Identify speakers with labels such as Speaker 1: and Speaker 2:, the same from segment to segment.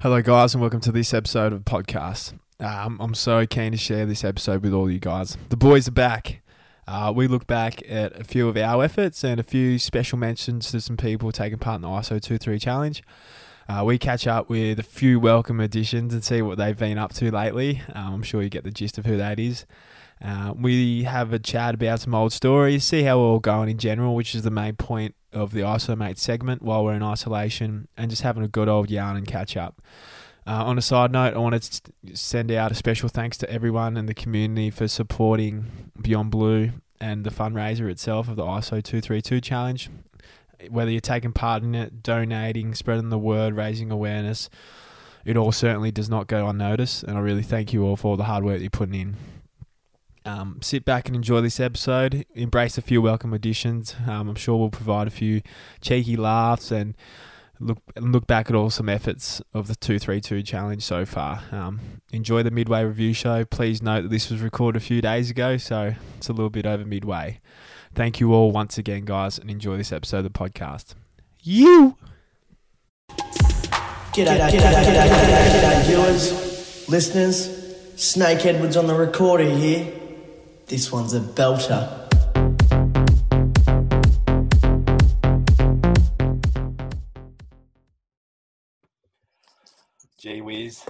Speaker 1: Hello, guys, and welcome to this episode of the podcast. Um, I'm so keen to share this episode with all you guys. The boys are back. Uh, we look back at a few of our efforts and a few special mentions to some people taking part in the ISO 23 challenge. Uh, we catch up with a few welcome additions and see what they've been up to lately. Um, I'm sure you get the gist of who that is. Uh, we have a chat about some old stories, see how we're all going in general, which is the main point of the Isomate segment while we're in isolation, and just having a good old yarn and catch up. Uh, on a side note, I want to s- send out a special thanks to everyone in the community for supporting Beyond Blue and the fundraiser itself of the ISO 232 challenge. Whether you're taking part in it, donating, spreading the word, raising awareness, it all certainly does not go unnoticed. And I really thank you all for all the hard work you're putting in. Um, sit back and enjoy this episode. Embrace a few welcome additions. Um, I'm sure we'll provide a few cheeky laughs and look look back at all some efforts of the 232 challenge so far. Um, enjoy the midway review show. Please note that this was recorded a few days ago, so it's a little bit over midway. Thank you all once again, guys, and enjoy this episode of the podcast. You.
Speaker 2: G'day, g'day, g'day, g'day, g'day, g'day, viewers, listeners. Snake Edwards on the recorder here. This one's a belter.
Speaker 1: Gee whiz.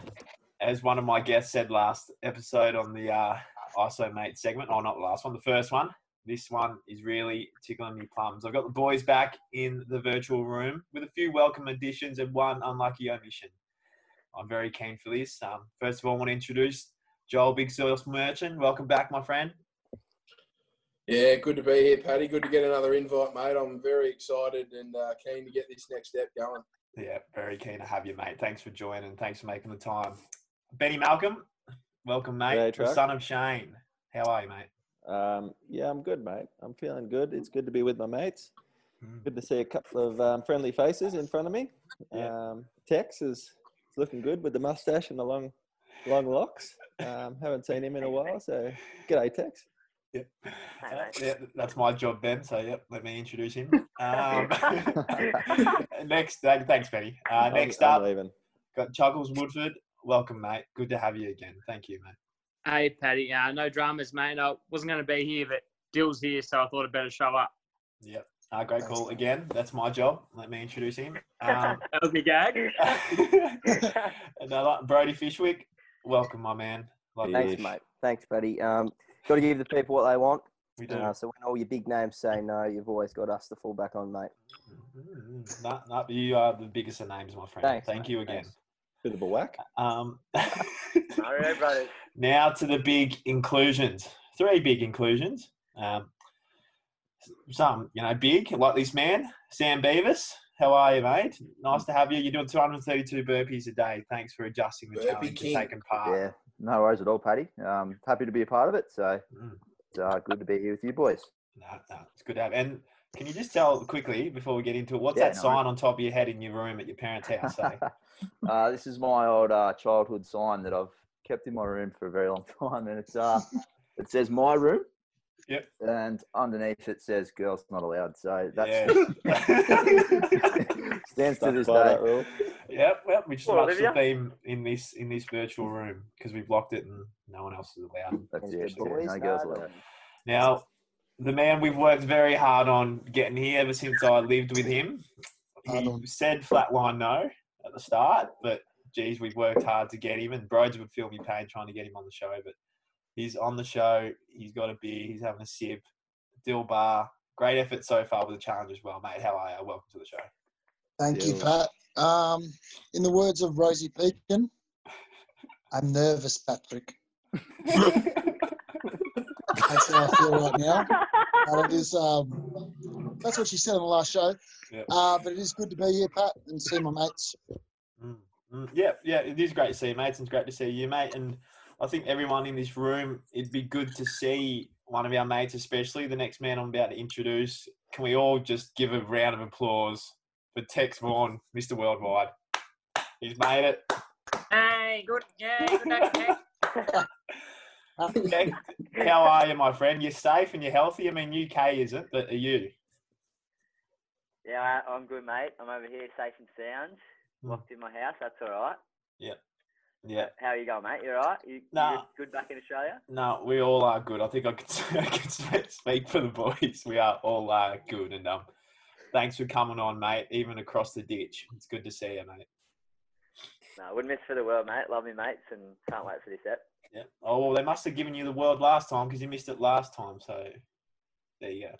Speaker 1: As one of my guests said last episode on the uh, ISO Mate segment, or not the last one, the first one, this one is really tickling me plums. I've got the boys back in the virtual room with a few welcome additions and one unlucky omission. I'm very keen for this. Um, first of all, I want to introduce Joel Big Source Merchant. Welcome back, my friend.
Speaker 3: Yeah, good to be here, Paddy. Good to get another invite, mate. I'm very excited and uh, keen to get this next step going.
Speaker 1: Yeah, very keen to have you, mate. Thanks for joining. Thanks for making the time. Benny Malcolm, welcome, mate.
Speaker 4: G'day,
Speaker 1: the
Speaker 4: Truck.
Speaker 1: son of Shane. How are you, mate?
Speaker 4: Um, yeah, I'm good, mate. I'm feeling good. It's good to be with my mates.
Speaker 1: Mm.
Speaker 4: Good to see a couple of um, friendly faces in front of me.
Speaker 1: Yeah.
Speaker 4: Um, Tex is, is looking good with the mustache and the long, long locks. Um, haven't seen him in a while, so g'day, Tex.
Speaker 1: Yep.
Speaker 5: Hi, mate.
Speaker 1: yeah, that's my job then. So yep, let me introduce him. Um, next, uh, thanks, Benny. Uh,
Speaker 4: I'm-
Speaker 1: next
Speaker 4: I'm
Speaker 1: up,
Speaker 4: leaving.
Speaker 1: got Chuggles Woodford. Welcome, mate. Good to have you again. Thank you, mate.
Speaker 6: Hey, Paddy. Uh, no dramas, mate. I wasn't going to be here, but Dill's here, so I thought I'd better show up.
Speaker 1: Yep. Uh, great call again. That's my job. Let me introduce him. Um,
Speaker 6: That was my gag.
Speaker 1: another Brody Fishwick. Welcome, my man. Love
Speaker 4: Thanks,
Speaker 1: you.
Speaker 4: Ish.
Speaker 7: Thanks, mate. Thanks, buddy. Um, got to give the people what they want.
Speaker 1: We do.
Speaker 7: Uh, so when all your big names say no, you've always got us to fall back on, mate.
Speaker 1: Mm, no, no, you are the biggest of names, my friend.
Speaker 7: Thanks,
Speaker 1: Thank
Speaker 7: mate.
Speaker 1: you again.
Speaker 7: Thanks.
Speaker 4: Bit of a whack.
Speaker 1: Um,
Speaker 5: All right, brother.
Speaker 1: Now to the big inclusions. Three big inclusions. Um, some, you know, big, like this man, Sam Beavis. How are you, mate? Nice to have you. You're doing 232 burpees a day. Thanks for adjusting the
Speaker 3: Burpee
Speaker 1: challenge
Speaker 3: king.
Speaker 1: and taking part.
Speaker 8: Yeah, no worries at all, Paddy. Um, happy to be a part of it. So
Speaker 1: Mm.
Speaker 8: it's uh, good to be here with you boys.
Speaker 1: No, no, it's good to have. And can you just tell quickly before we get into it, what's
Speaker 8: Yeah,
Speaker 1: that
Speaker 8: no
Speaker 1: sign on top of your head in your room at your parents' house? eh?
Speaker 8: uh, this is my old uh, childhood sign that I've kept in my room for a very long time, and it's uh, it says my room.
Speaker 1: Yep.
Speaker 8: And underneath it says girls not allowed. So that's
Speaker 1: yeah.
Speaker 8: stands to
Speaker 4: Stuck
Speaker 8: this
Speaker 4: by
Speaker 8: day.
Speaker 4: that rule.
Speaker 1: yep, well, which is
Speaker 5: Well,
Speaker 1: much the
Speaker 5: Olivia.
Speaker 1: theme in this in this virtual room because we've locked it and no one else is allowed.
Speaker 8: That's
Speaker 7: Any
Speaker 8: it.
Speaker 7: good
Speaker 8: yeah,
Speaker 7: boys?
Speaker 8: no girls
Speaker 7: No,
Speaker 8: allowed.
Speaker 1: Now, the man we've worked very hard on getting here ever since I lived with him. He said flatline no at the start, but geez, we've worked hard to get him. And Broads would feel me pain trying to get him on the show, but he's on the show. He's got a beer. He's having a sip. Dill bar. Great effort so far with the challenge as well, mate. How are you? Welcome to the show.
Speaker 9: Thank you,
Speaker 4: Deal.
Speaker 9: Pat. Um, in the words of Rosie Pekin, I'm nervous, Patrick. That's how I feel right now. And it is, um, that's what she said on the last show.
Speaker 1: Yep.
Speaker 9: Uh, but it is good to be here, Pat, and see my mates.
Speaker 1: Mm, mm, yeah, yeah, it is great to see you, mates, and it's great to see you, mate. And I think everyone in this room, it'd be good to see one of our mates, especially the next man I'm about to introduce. Can we all just give a round of applause for Tex Vaughan, Mr. Worldwide? He's made it.
Speaker 6: Hey, good. Yeah, good day, Tex.
Speaker 1: Tex, how are you, my friend? You're safe and you're healthy. I mean, UK isn't, but are you? Hmm.
Speaker 5: Yeah, I- I'm good, mate. I'm over here safe and sound, locked in my house. That's all right.
Speaker 1: Yeah.
Speaker 5: How are you going, mate? You all right? You,
Speaker 1: Nah.
Speaker 5: you good back in Australia?
Speaker 1: No, we all are good. I think I could, I could sp- speak for the boys. We are all uh, good. And um, thanks for coming on, mate, even across the ditch. It's good to see you, mate.
Speaker 5: No, wouldn't miss for the world, mate. Love me, mates, and can't wait for this ep.
Speaker 1: Yeah. Oh, well, they must have given you the world last time because you missed it last time. So there you go.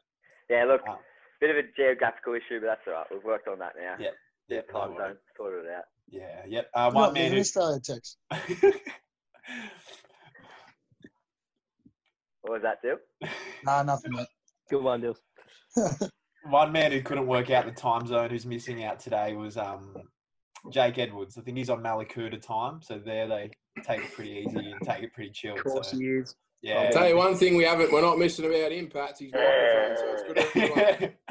Speaker 5: Yeah, look,
Speaker 1: Ah.
Speaker 5: bit of a geographical issue, but that's all right. We've worked on that now.
Speaker 1: Yeah. Yeah, no
Speaker 5: Time
Speaker 1: worries.
Speaker 5: zone, sorted it out.
Speaker 1: yeah, yeah. Uh,
Speaker 9: Not
Speaker 1: one
Speaker 9: me,
Speaker 1: man
Speaker 9: in
Speaker 1: who,
Speaker 9: Australia, Tex.
Speaker 5: What was that, Dill?
Speaker 9: Nah, nothing, mate.
Speaker 4: Good one, Dils.
Speaker 1: one man who couldn't work out the time zone who's missing out today was um, Jake Edwards. I think he's on Malakuta time. So there they take it pretty easy and take it pretty chill.
Speaker 6: Of course
Speaker 1: So,
Speaker 6: he is.
Speaker 1: yeah.
Speaker 10: I'll tell you one thing we haven't, we're not missing about him, Pats. He's microphone, so it's good. everyone-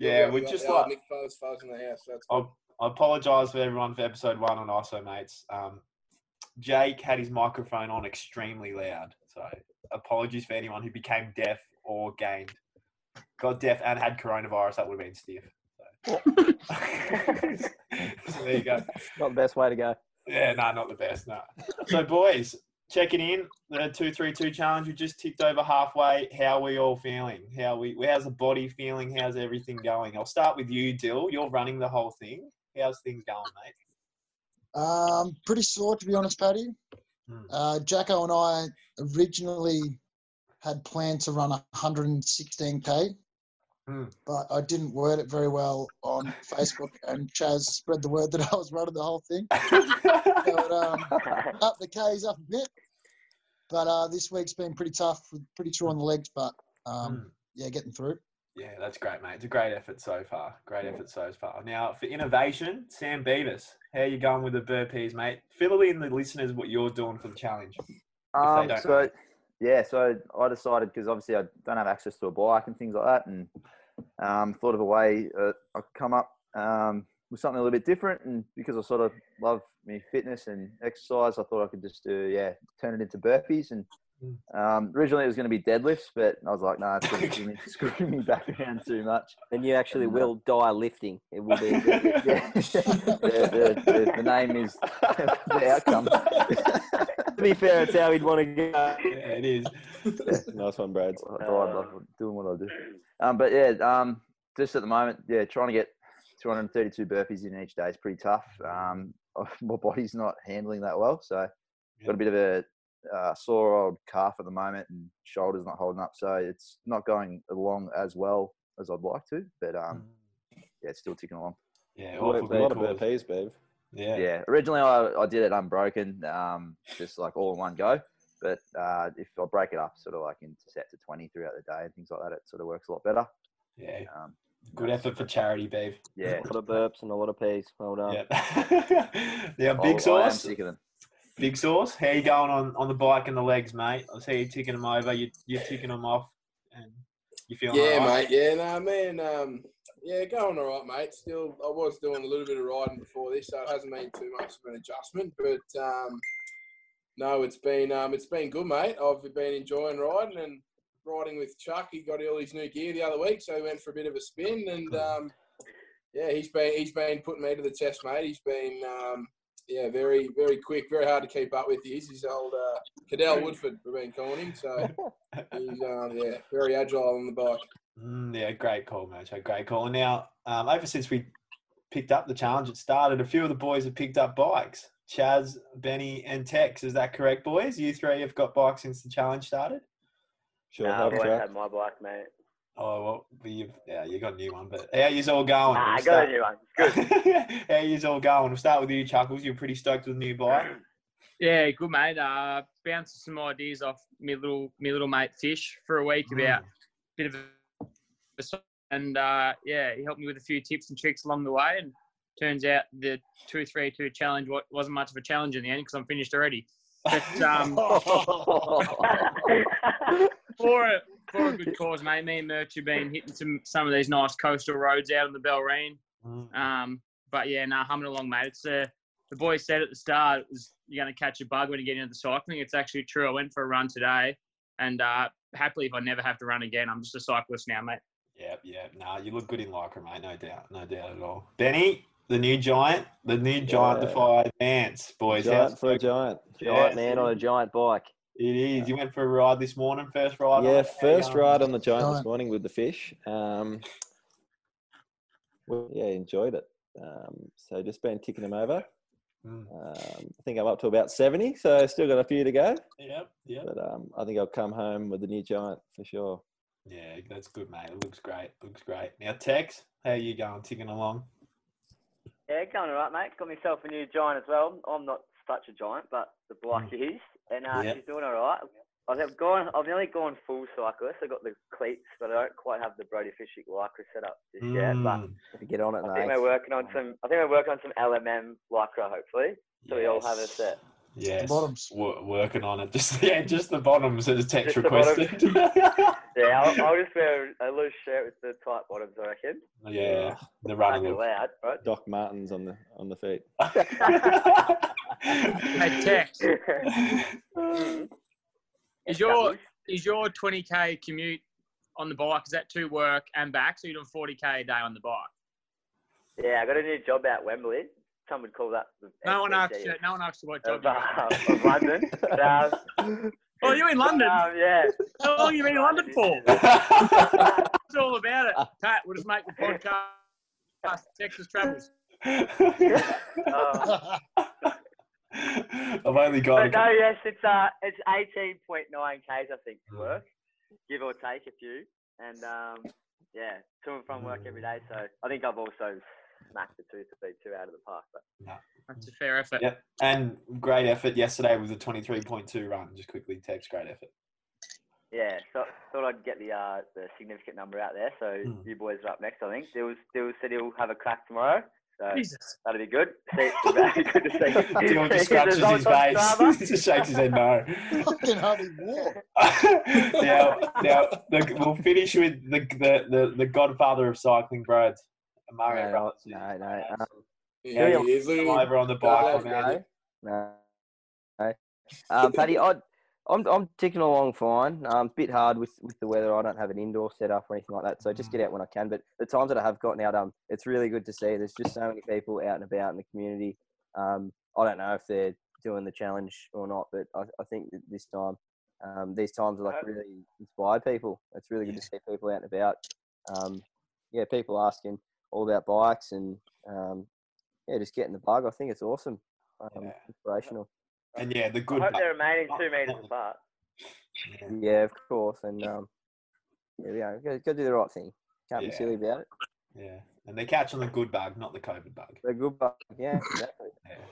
Speaker 1: yeah,
Speaker 10: good
Speaker 1: we
Speaker 10: got
Speaker 1: just
Speaker 10: the old
Speaker 1: like Oh,
Speaker 10: Nick Foles, Foles in the house. That's
Speaker 1: I, I apologise for everyone for episode one on ISO mates. Um, Jake had his microphone on extremely loud, so apologies for anyone who became deaf or gained, got deaf and had coronavirus. That would have been stiff. So. so there you go.
Speaker 4: Not the best way to go.
Speaker 1: Yeah, no, not the best. No. So, boys, checking in. The two three two challenge. We just ticked over halfway. How we all feeling? How we? How's the body feeling? How's everything going? I'll start with you, Dill. You're running the whole thing. How's things going, mate?
Speaker 9: Um, pretty sore, to be honest, Paddy.
Speaker 1: Hmm.
Speaker 9: Uh, Jacko and I originally had planned to run 116k,
Speaker 1: Hmm.
Speaker 9: but I didn't word it very well on Facebook, and Chaz spread the word that I was running the whole thing. So it, um, up the K's up a bit. But uh, this week's been pretty tough, with pretty sore on the legs, but um,
Speaker 1: Mm.
Speaker 9: yeah, getting through.
Speaker 1: Yeah, that's great, mate. It's a great effort so far. Great effort so far. Now for innovation, Sam Beavis, how you going with the burpees, mate? Fill in the listeners what you're doing for the challenge. if they
Speaker 8: Um,
Speaker 1: don't
Speaker 8: so yeah, so I decided because obviously I don't have access to a bike and things like that, and um, thought of a way uh, I could come up um, with something a little bit different. And because I sort of love me fitness and exercise, I thought I could just do yeah, turn it into burpees. And
Speaker 1: Mm.
Speaker 8: um, originally it was going to be deadlifts, but I was like, no, nah, it's going to screw me back around too much. uh,
Speaker 7: And you actually will die lifting. It will be.
Speaker 8: Yeah. the, the, the, the name is the outcome.
Speaker 7: to be fair, it's how he'd want to go.
Speaker 1: Yeah, it is.
Speaker 4: Nice one, Brad.
Speaker 8: I died love doing what I do. Um, but yeah, um, just at the moment, yeah, trying to get 232 burpees in each day is pretty tough. Um, my body's not handling that well, so got a bit of a uh, sore old calf at the moment, and shoulders not holding up, so it's not going along as well as I'd like to. But um, yeah, it's still ticking along.
Speaker 1: Mm. Yeah,
Speaker 4: A lot
Speaker 1: awful
Speaker 4: of- a lot of
Speaker 1: good calls.
Speaker 4: burpees, babe.
Speaker 1: Yeah.
Speaker 8: Yeah, originally I, I did it unbroken, um, just like all in one go. But uh, if I break it up, sort of like into sets of 20 throughout the day and things like that, it sort of works a lot better.
Speaker 1: Yeah,
Speaker 8: Um,
Speaker 1: good effort for charity, babe.
Speaker 8: yeah.
Speaker 7: A lot of burps and a lot of peas. Well done.
Speaker 1: Yeah. now,
Speaker 8: I-
Speaker 1: big
Speaker 8: Oh, I am
Speaker 1: sauce.
Speaker 8: sick of them.
Speaker 1: Big sauce. How you going on, on the bike and the legs, mate? I see you ticking them over. You you're ticking them off, and you feeling
Speaker 10: yeah,
Speaker 1: all right?
Speaker 10: mate. Yeah, no, man. Um, yeah, going all right, mate. Still, I was doing a little bit of riding before this, so it hasn't been too much of an adjustment. But um, no, it's been um, it's been good, mate. I've been enjoying riding and riding with Chuck. He got all his new gear the other week, so he went for a bit of a spin, and um, yeah, he's been he's been putting me to the test, mate. He's been um, yeah, very very quick, very hard to keep up with. He's his old uh, Cadell Woodford. We've been calling him, so he's um, yeah, very agile on the bike.
Speaker 1: Mm, yeah, great call, mate. A Great call. And now, um, ever since we picked up the challenge, it started. A few of the boys have picked up bikes. Chaz, Benny, and Tex. Is that correct, boys? You three have got bikes since the challenge started.
Speaker 4: Sure,
Speaker 5: nah, I've
Speaker 4: help
Speaker 5: always
Speaker 4: track.
Speaker 5: had my bike, mate.
Speaker 1: Oh well, you've yeah, you got a new one. But how you's all going?
Speaker 5: Ah, I
Speaker 1: We'll
Speaker 5: got
Speaker 1: start-
Speaker 5: a new one.
Speaker 1: How yous all going? We'll start with you, Chuckles. You're pretty stoked with the new bike.
Speaker 6: Yeah, good mate. Uh, bounced some ideas off me little me little mate Fish for a week about a bit of a and uh, yeah, he helped me with a few tips and tricks along the way. And turns out the two three two challenge wa- wasn't much of a challenge in the end because I'm finished already. But um, for a for a good cause, mate. Me and Merch have been hitting some some of these nice coastal roads out on the Bellarine.
Speaker 1: Mm.
Speaker 6: Um, but yeah, no, humming along, mate. It's uh, the boys said at the start it was you're going to catch a bug when you get into the cycling. It's actually true. I went for a run today, and uh, happily, if I never have to run again, I'm just a cyclist now, mate.
Speaker 1: Yep, yep. Nah, you look good in lycra, mate. No doubt, no doubt at all. Benny, the new giant, the new giant
Speaker 7: Yeah.
Speaker 1: defied dance, boys.
Speaker 7: Giant
Speaker 1: How's it
Speaker 7: for a
Speaker 1: go?
Speaker 7: giant.
Speaker 1: Yeah,
Speaker 7: Giant man on a giant bike.
Speaker 1: It is. You went for a ride this morning, first ride. on um,
Speaker 7: Yeah,
Speaker 1: it. How you
Speaker 7: first
Speaker 1: going?
Speaker 7: ride on the giant
Speaker 1: Giant.
Speaker 7: this morning with the fish. Um, yeah, enjoyed it. Um, so just been ticking them over.
Speaker 1: Mm.
Speaker 7: Um, I think I'm up to about 70, so still got a few to go.
Speaker 1: Yep, yep.
Speaker 7: But um, I think I'll come home with the new giant for sure.
Speaker 1: Yeah, that's good, mate. It looks great. Looks great. Now, Tex, how you going? Ticking along?
Speaker 5: Yeah, going all right, mate. Got myself a new giant as well. I'm not such a giant, but the bloke
Speaker 1: Mm.
Speaker 5: is, and uh,
Speaker 1: Yeah.
Speaker 5: she's doing all right. I've gone. I've nearly gone full cyclist. I got the cleats, but I don't quite have the Brody Fishick lycra set up just
Speaker 1: Mm.
Speaker 5: yet. But
Speaker 7: Get on it,
Speaker 5: I think
Speaker 7: mate.
Speaker 5: we're working on some. I think we're working on some LMM lycra, hopefully, so we all have a set.
Speaker 1: Yes.
Speaker 9: Bottoms.
Speaker 1: Wo- working on it. Just yeah, just the bottoms as Tex
Speaker 5: Just the bottoms.
Speaker 1: requested.
Speaker 5: Yeah, I'll, I'll just wear a loose shirt with the tight bottoms. I reckon.
Speaker 1: yeah, the
Speaker 5: That's
Speaker 1: running look.
Speaker 5: allowed, right?
Speaker 7: Doc Martens on the on the feet.
Speaker 6: Hey, Tex, is your is your 20k commute on the bike? Is that to work and back? So you're doing 40k a day on the bike.
Speaker 5: Yeah, I got a new job out Wembley. Some would call that. The
Speaker 6: No one asks.
Speaker 5: SCG.
Speaker 6: You, no one asks you what job
Speaker 5: Of,
Speaker 6: you're
Speaker 5: uh,
Speaker 6: at.
Speaker 5: of London. But, uh,
Speaker 6: Oh, you're in London.
Speaker 5: Um, yeah.
Speaker 6: How long you been in London for? It's all about it. Pat, we'll just make the podcast Texas Travels.
Speaker 5: Uh,
Speaker 1: I've only got.
Speaker 5: but
Speaker 1: a
Speaker 5: no,
Speaker 1: couple-
Speaker 5: yes, it's uh, it's eighteen point nine k's I think to work, give or take a few, and um, yeah, to and from work every day. So I think I've also smacked the two three two out of the park. But
Speaker 6: That's a fair effort.
Speaker 1: Yep. And great effort yesterday with the 23.2 run. Just quickly, Tex, great effort.
Speaker 5: yeah, so thought I'd get the uh, the significant number out there. So
Speaker 6: Hmm.
Speaker 1: Mm.
Speaker 5: you boys are up next, I think. Dills Dills said he'll have a crack tomorrow. So
Speaker 6: Jesus.
Speaker 5: that'll be good. See, that'll be good to see.
Speaker 1: Dion just
Speaker 5: See the
Speaker 1: scratches his
Speaker 5: results on Strava.
Speaker 1: face. he just shakes his head no.
Speaker 9: Fucking hardly walk.
Speaker 1: now, now the, we'll finish with the, the, the, the godfather of cycling, Brad. Mario
Speaker 7: No,
Speaker 1: Brothers.
Speaker 7: no, no, uh,
Speaker 3: Yeah,
Speaker 7: William-
Speaker 3: he is. Look at
Speaker 1: Come
Speaker 3: him.
Speaker 1: over on the bike.
Speaker 3: Godfather.
Speaker 1: man.
Speaker 7: no,
Speaker 5: No.
Speaker 7: no. Um, Paddy, I, I'm I'm ticking along fine. Um, bit hard with, with the weather. I don't have an indoor setup or anything like that, so I
Speaker 1: Mm.
Speaker 7: just get out when I can. But the times that I have gotten out, um, it's really good to see. There's just so many people out and about in the community. Um, I don't know if they're doing the challenge or not, but I, I think that this time, um, these times are like really inspired people. It's really good to see people out and about. Um, yeah, people asking all about bikes and um, yeah, just getting the bug. I think it's awesome. Um,
Speaker 1: Yeah.
Speaker 7: Inspirational.
Speaker 1: And yeah, the
Speaker 5: I
Speaker 1: good.
Speaker 5: hope
Speaker 1: part.
Speaker 5: they're remaining two meters apart.
Speaker 7: Yeah, of course. And um, yeah, yeah, go, go do the right thing. Can't be
Speaker 1: Yeah.
Speaker 7: silly about it.
Speaker 1: Yeah. And they're catching the good bug, not the COVID bug.
Speaker 7: The good bug. Yeah, exactly.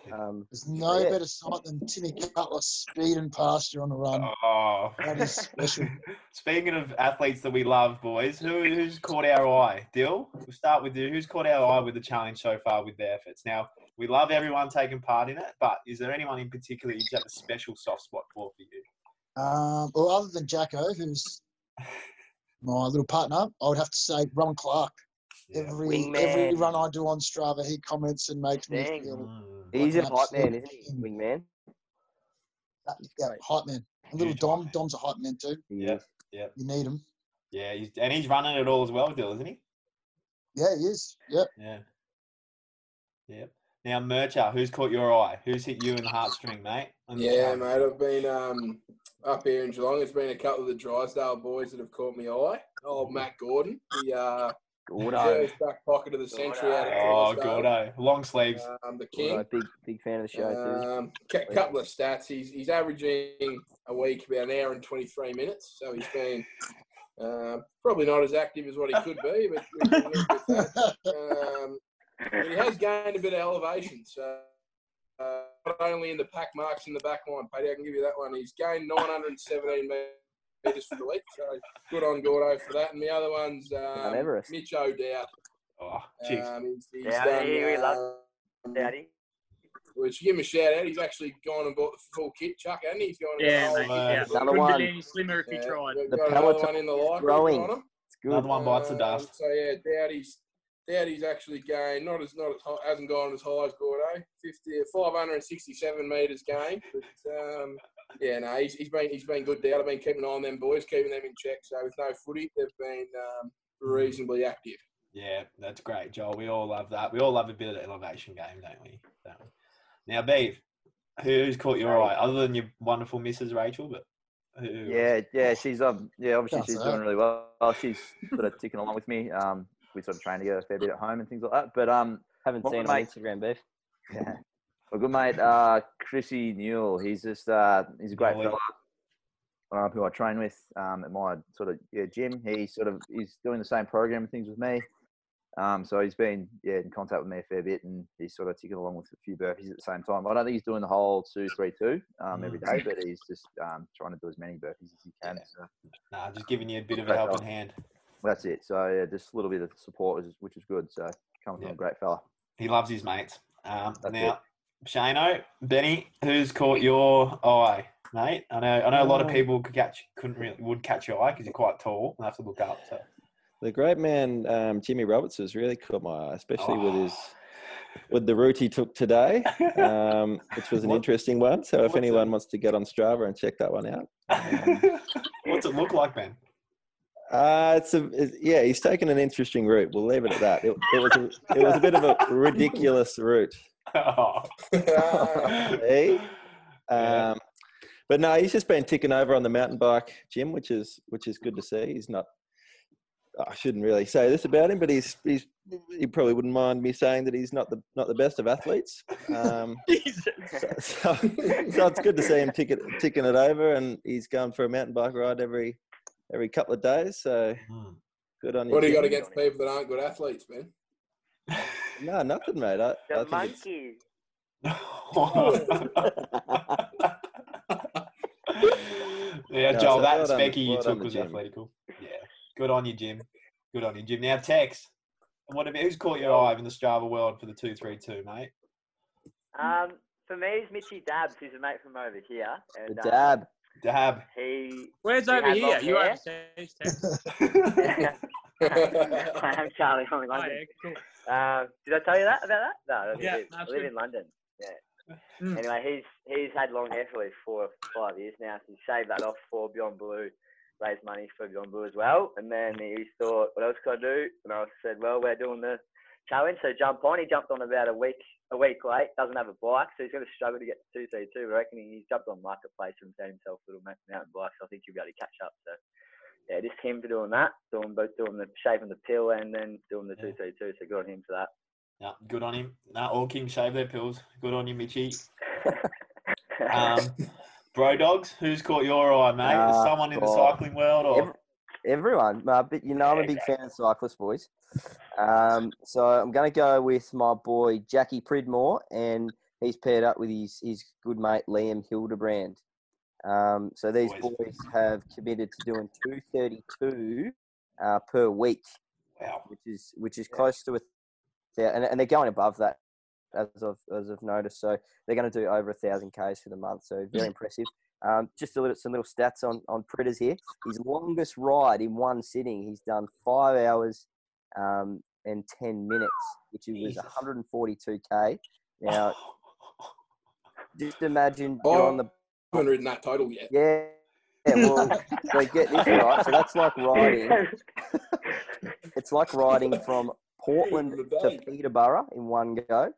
Speaker 1: Yeah.
Speaker 7: Um,
Speaker 9: There's no
Speaker 7: Yeah.
Speaker 9: better sight than Timmy Cutler speeding past you on the run.
Speaker 1: Oh.
Speaker 9: That is special.
Speaker 1: Speaking of athletes that we love, boys, who, who's caught our eye? Dill, we'll start with you. Who's caught our eye with the challenge so far with their efforts? Now, we love everyone taking part in it, but is there anyone in particular you have a special soft spot for for you?
Speaker 9: Um, well, other than Jacko, who's my little partner, I would have to say Ron Clark.
Speaker 1: Yeah.
Speaker 9: Every
Speaker 5: Wingman.
Speaker 9: every run I do on Strava, he comments and makes me
Speaker 5: Dang.
Speaker 9: feel
Speaker 1: Mm.
Speaker 7: he's
Speaker 9: an
Speaker 7: a hype man,
Speaker 9: absolute
Speaker 7: isn't he?
Speaker 9: king.
Speaker 7: Wingman.
Speaker 9: that, Uh, yeah, hype man. And little
Speaker 1: Huge hype
Speaker 9: Dom,
Speaker 1: man.
Speaker 9: Dom's a hype man too.
Speaker 7: He
Speaker 1: Yeah.
Speaker 7: is.
Speaker 9: You need him.
Speaker 1: Yeah, he's, and he's running it all as well, Dill, isn't he?
Speaker 9: Yeah, he is. Yep.
Speaker 1: Yeah. Yep. Now, Mercher, who's caught your eye? Who's hit you in the heartstring, mate? On the
Speaker 3: Yeah,
Speaker 1: challenge?
Speaker 3: mate. I've been um, up here in Geelong. It's been a couple of the Drysdale boys that have caught me eye. Oh, Matt Gordon, the uh,
Speaker 7: Gordo.
Speaker 3: first back pocket of the century out of
Speaker 1: Oh,
Speaker 3: Drysdale.
Speaker 1: Gordo. Long sleeves.
Speaker 3: Um, the king.
Speaker 7: Gordo, big, big fan of the show, too.
Speaker 3: Um, a couple of stats. He's he's averaging a week about an hour and twenty three minutes. So he's been uh, probably not as active as what he could be, but we can live with that. Um, but he has gained a bit of elevation. So uh, not only in the pack marks in the back line, Paddy, I can give you that one. He's gained 917 metres for the week. So good on Gordo for that. And the other one's
Speaker 7: Mount
Speaker 3: um,
Speaker 7: Everest.
Speaker 3: Mitch O'Dowd.
Speaker 1: Oh, jeez.
Speaker 3: Um, he's, he's
Speaker 5: Yeah,
Speaker 3: done,
Speaker 5: we- we love
Speaker 3: um,
Speaker 5: Daddy.
Speaker 3: which give him a shout out. He's actually gone and bought the full kit, Chuck, and he's gone. and
Speaker 6: Yeah,
Speaker 3: got
Speaker 6: mate.
Speaker 3: the whole
Speaker 6: Yeah.
Speaker 3: kit.
Speaker 7: Another
Speaker 6: Couldn't
Speaker 7: one.
Speaker 6: be any slimmer if you
Speaker 3: Yeah,
Speaker 6: tried.
Speaker 3: we've
Speaker 7: The
Speaker 3: got another
Speaker 7: Peloton
Speaker 3: one in the life
Speaker 7: growing.
Speaker 3: on him.
Speaker 7: It's good.
Speaker 1: Another one bites the
Speaker 3: Um,
Speaker 1: dust.
Speaker 3: So yeah, Dowdy's Dowdy's actually gained not as not as high, hasn't gone as high as Gordo. 50, 567 meters gained, but um, yeah, no, he's, he's been he's been good. Dowd. I've been keeping an eye on them boys, keeping them in check. So with no footy, they've been um, reasonably active.
Speaker 1: Yeah, that's great, Joel. We all love that. We all love a bit of the elevation game, don't we? Don't we? Now, Beef, who's caught your eye other than your wonderful Mrs. Rachel? But who?
Speaker 8: Yeah, yeah, she's um, yeah, obviously
Speaker 1: That's
Speaker 8: she's
Speaker 1: all
Speaker 8: doing
Speaker 1: right.
Speaker 8: really well. Well, She's sort of ticking along with me. Um, we sort of train together a fair bit at home and things like that. But um,
Speaker 7: Haven't
Speaker 8: my
Speaker 7: seen her on
Speaker 8: mate-
Speaker 7: Instagram, Beef.
Speaker 8: Yeah. Well, good mate, uh, Chrissy Newell. He's just uh, he's a great
Speaker 7: Newell.
Speaker 8: fella. Um, who I train with um, at my sort of yeah, gym. He sort of he's doing the same program and things with me. Um, so he's been yeah in contact with me a fair bit, and he's sort of ticking along with a few burpees at the same time. I don't think he's doing the whole two three two um, every
Speaker 1: Mm.
Speaker 8: day, but he's just um, trying to do as many burpees as he can. So.
Speaker 1: Nah, just giving you a bit of a helping hand.
Speaker 8: That's it. So yeah, just a little bit of support, which is- which is good. So coming from a great fella.
Speaker 1: He loves his mates. Um,
Speaker 8: That's
Speaker 1: now, Shano, Benny, who's caught your eye, mate? I know, I know a lot of
Speaker 4: Um,
Speaker 1: people could catch, couldn't really, would catch your eye because you're quite tall. I have to look up. So.
Speaker 4: The great man um, Jimmy Roberts has really caught my eye, especially with his
Speaker 1: Oh.
Speaker 4: with the route he took today, um, which was an interesting one. So if anyone wants to get on Strava and check that one out,
Speaker 1: What's it look like, Ben?
Speaker 4: uh, it's a it's, yeah, he's taken an interesting route. We'll leave it at that. It, it was a, it was a bit of a ridiculous route. Eh? Um, but no, he's just been ticking over on the mountain bike, Jim, which is which is good to see. He's not. I shouldn't really say this about him, but he's he's he probably wouldn't mind me saying that he's not the not the best of athletes. Um, so, so, so it's good to see him tick it, ticking it over, and he's going for a mountain bike ride every every couple of days. So good on you.
Speaker 10: What do you got
Speaker 4: Jim.
Speaker 10: against people that aren't good athletes, man?
Speaker 4: No, nothing, mate. I, I
Speaker 10: The
Speaker 4: think
Speaker 10: monkeys.
Speaker 4: it's-
Speaker 1: Yeah,
Speaker 4: No,
Speaker 1: Joel,
Speaker 4: so
Speaker 1: that
Speaker 4: well done-
Speaker 1: specky you
Speaker 4: well done
Speaker 1: took
Speaker 4: to
Speaker 1: was
Speaker 4: Jim.
Speaker 1: athletical. Yeah, good on you, Jim. Good on you, Jim. Now, Tex, what about, who's caught your eye in the Strava world for the two three two, mate?
Speaker 5: Um, for me, it's Mitchy Dabs. He's a mate from over here. And, um,
Speaker 1: Dab.
Speaker 5: He.
Speaker 6: Where's
Speaker 5: he
Speaker 6: over
Speaker 5: had
Speaker 6: here?
Speaker 5: long
Speaker 6: You
Speaker 5: hair.
Speaker 6: overseas, Tex?
Speaker 5: I am Charlie from London. Uh, did I tell you that about that? No, that's
Speaker 6: Yeah,
Speaker 5: it.
Speaker 6: that's Hmm.
Speaker 5: I live
Speaker 6: good.
Speaker 5: in London. Yeah. Anyway, he's he's had long hair for like four or five years now. So he shaved that off for Beyond Blue, raised money for Beyond Blue as well. And then he thought, what else could I do? And I said, well, we're doing the challenge, so jump on. He jumped on about a week a week late. Doesn't have a bike, so he's going to struggle to get to 232. I reckon he's jumped on marketplace and found himself a little mou- mountain bike. So I think he'll be able to catch up. So yeah, just him for doing that, doing both doing the shaving the pill and then doing the 232. So good on him for that.
Speaker 1: No, good on him. No, all kings shave their pills. Good on you, Mitchy. um, bro, dogs, who's caught your eye, mate? Is
Speaker 7: Uh,
Speaker 1: someone in the
Speaker 7: God.
Speaker 1: cycling world, or
Speaker 7: Ev- everyone. Uh, but you know, I'm a big fan of cyclists, boys. Um, so I'm going to go with my boy Jackie Pridmore, and he's paired up with his his good mate Liam Hildebrand. Um, so these boys. have committed to doing 232 uh, per week, which is which is close to a thou- and, and they're going above that as I've, as I've noticed. So they're going to do over a thousand k's for the month. So very impressive. Um, just a little, some little stats on on Predators here. His longest ride in one sitting, he's done five hours um, and ten minutes, which was 142 k. Now, just imagine you're
Speaker 10: Oh,
Speaker 7: on the
Speaker 10: I haven't ridden that total yet.
Speaker 7: yeah. Yeah, well, so get this right. So that's like riding. It's like riding from Portland to Peterborough in one go.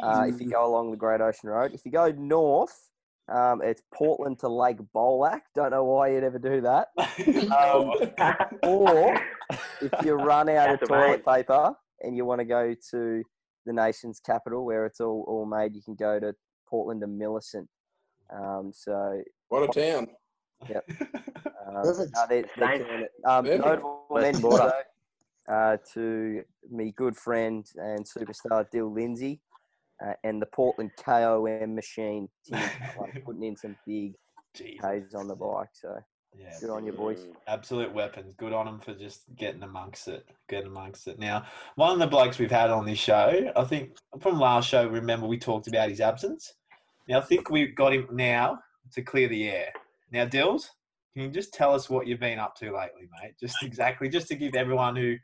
Speaker 7: Uh, if you go along the Great Ocean Road, if you go north, um, it's Portland to Lake Bolac. Don't know why you'd ever do that. Um, or if you run out of
Speaker 5: That's
Speaker 7: toilet paper and you want to go to the nation's capital where it's all, all made, you can go to Portland to Millicent. Um, so
Speaker 10: What a town.
Speaker 7: Yep. Um,
Speaker 10: Perfect.
Speaker 7: no, they- they
Speaker 10: Nice.
Speaker 7: can- um,
Speaker 10: Perfect.
Speaker 7: notable
Speaker 10: West
Speaker 7: mention,
Speaker 10: border.
Speaker 7: though, uh, to me good friend and superstar Dill Lindsay uh, and the Portland KOM machine, Tim Butler, putting in some big Ks on the bike. So good on you, boys.
Speaker 1: Absolute weapons. Good on them for just getting amongst it. Getting amongst it. Now, one of the blokes we've had on this show, I think from last show, remember we talked about his absence. Now, I think we've got him now to clear the air. Now, Dills, can you just tell us what you've been up to lately, mate? Just exactly, just to give everyone who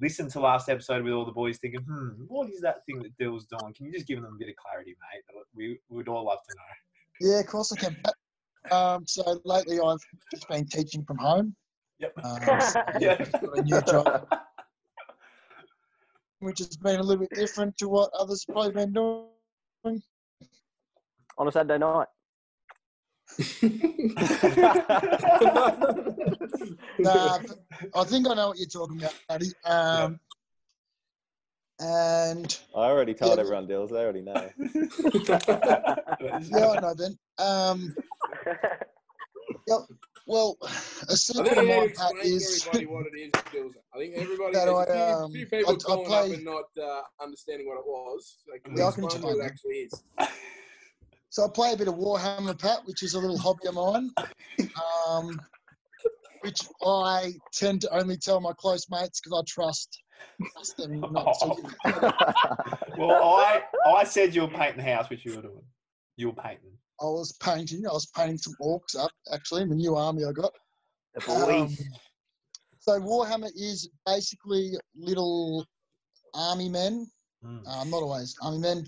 Speaker 1: listened to last episode with all the boys thinking, hmm, what is that thing that Dills doing? Can you just give them a bit of clarity, mate? We would all love to know.
Speaker 9: Yeah, of course I can. Pat. Um, so lately I've just been
Speaker 7: Um,
Speaker 9: teaching from home.
Speaker 1: Yep.
Speaker 9: Um, so I've got a new job. which has been a little bit different to what others have probably been doing?
Speaker 7: on a Saturday night.
Speaker 9: Nah, I think I know what you're talking about, buddy. Um, And
Speaker 4: I already told
Speaker 9: Yeah.
Speaker 4: everyone, Dills. They already know.
Speaker 9: yeah, I know then. Um, yep. Well, a
Speaker 10: I
Speaker 9: secret
Speaker 10: think you
Speaker 9: of
Speaker 10: need to
Speaker 9: mine, Pat,
Speaker 10: explain
Speaker 9: is
Speaker 10: to everybody what it is, Gills. I think everybody,
Speaker 9: That
Speaker 10: there's a few,
Speaker 9: I, um,
Speaker 10: few people
Speaker 9: I- I
Speaker 10: calling up
Speaker 9: play-
Speaker 10: and not uh, understanding what it was. So can we
Speaker 9: Yeah, I can
Speaker 10: explain
Speaker 9: explain
Speaker 10: what it
Speaker 9: it.
Speaker 10: actually is?
Speaker 9: so I play a bit of Warhammer, Pat, which is a little hobby of mine, um, which I tend to only tell my close mates because I trust, trust them not
Speaker 10: Oh,
Speaker 9: to.
Speaker 1: well, I I said you were painting the house, which you were doing. You were painting.
Speaker 9: I was painting. I was painting some orcs up actually in the new army I got.
Speaker 7: The
Speaker 9: Um,
Speaker 7: boys.
Speaker 9: so Warhammer is basically little army men,
Speaker 1: Mm.
Speaker 9: uh, not always army men,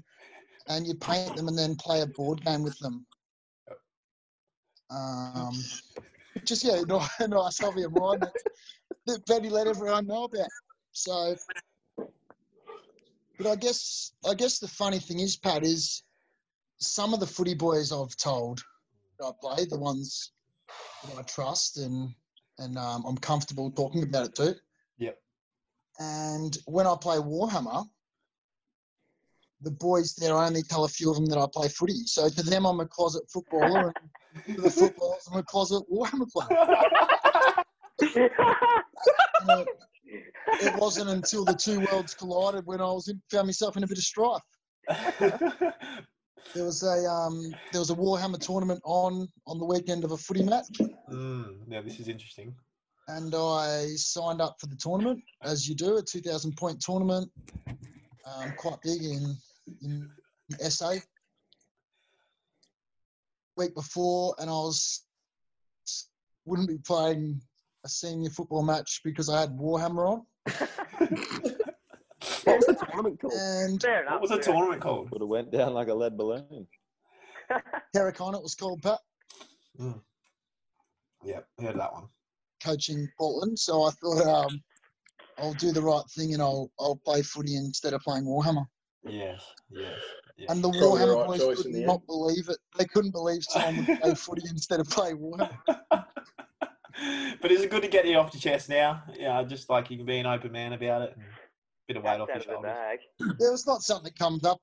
Speaker 9: and you paint them and then play a board game with them. Um, just yeah, no, nice hobby of mine that, that Betty let everyone know about. So, but I guess I guess the funny thing is, Pat, is some of the footy boys I've told that I play, the ones that I trust and and um, I'm comfortable talking about it too.
Speaker 1: Yep.
Speaker 9: And when I play Warhammer, the boys there, I only tell a few of them that I play footy. So to them, I'm a closet footballer, and to the footballers, I'm a closet Warhammer player. And it, it wasn't until the two worlds collided when I was in, found myself in a bit of strife. There was a um, there was a Warhammer tournament on on the weekend of a footy match,
Speaker 1: Mm, now this is interesting.
Speaker 9: and I signed up for the tournament as you do a 2,000 point tournament, um, quite big in, in SA. Week before, and I was wouldn't be playing a senior football match because I had Warhammer on,
Speaker 7: What was the tournament called?
Speaker 9: and
Speaker 5: Fair enough.
Speaker 1: What was the
Speaker 5: fair
Speaker 1: tournament called?
Speaker 4: Would have went down like a lead balloon.
Speaker 9: Terracon it was called Pat,
Speaker 1: Yep, heard that one.
Speaker 9: coaching Portland. So I thought um, I'll do the right thing and I'll I'll play footy instead of playing Warhammer.
Speaker 1: Yes, yes. yes.
Speaker 9: And the
Speaker 10: Probably the
Speaker 9: Warhammer
Speaker 10: right choice
Speaker 9: boys could
Speaker 10: in the
Speaker 9: not believe it. They couldn't believe someone would play footy instead of play Warhammer.
Speaker 1: but is it good to get it off your chest now? Yeah, just like you can be an open man about it and bit of weight off
Speaker 5: Out
Speaker 1: your
Speaker 5: of the
Speaker 1: shoulders.
Speaker 5: bag.
Speaker 9: Yeah, it's not something that comes up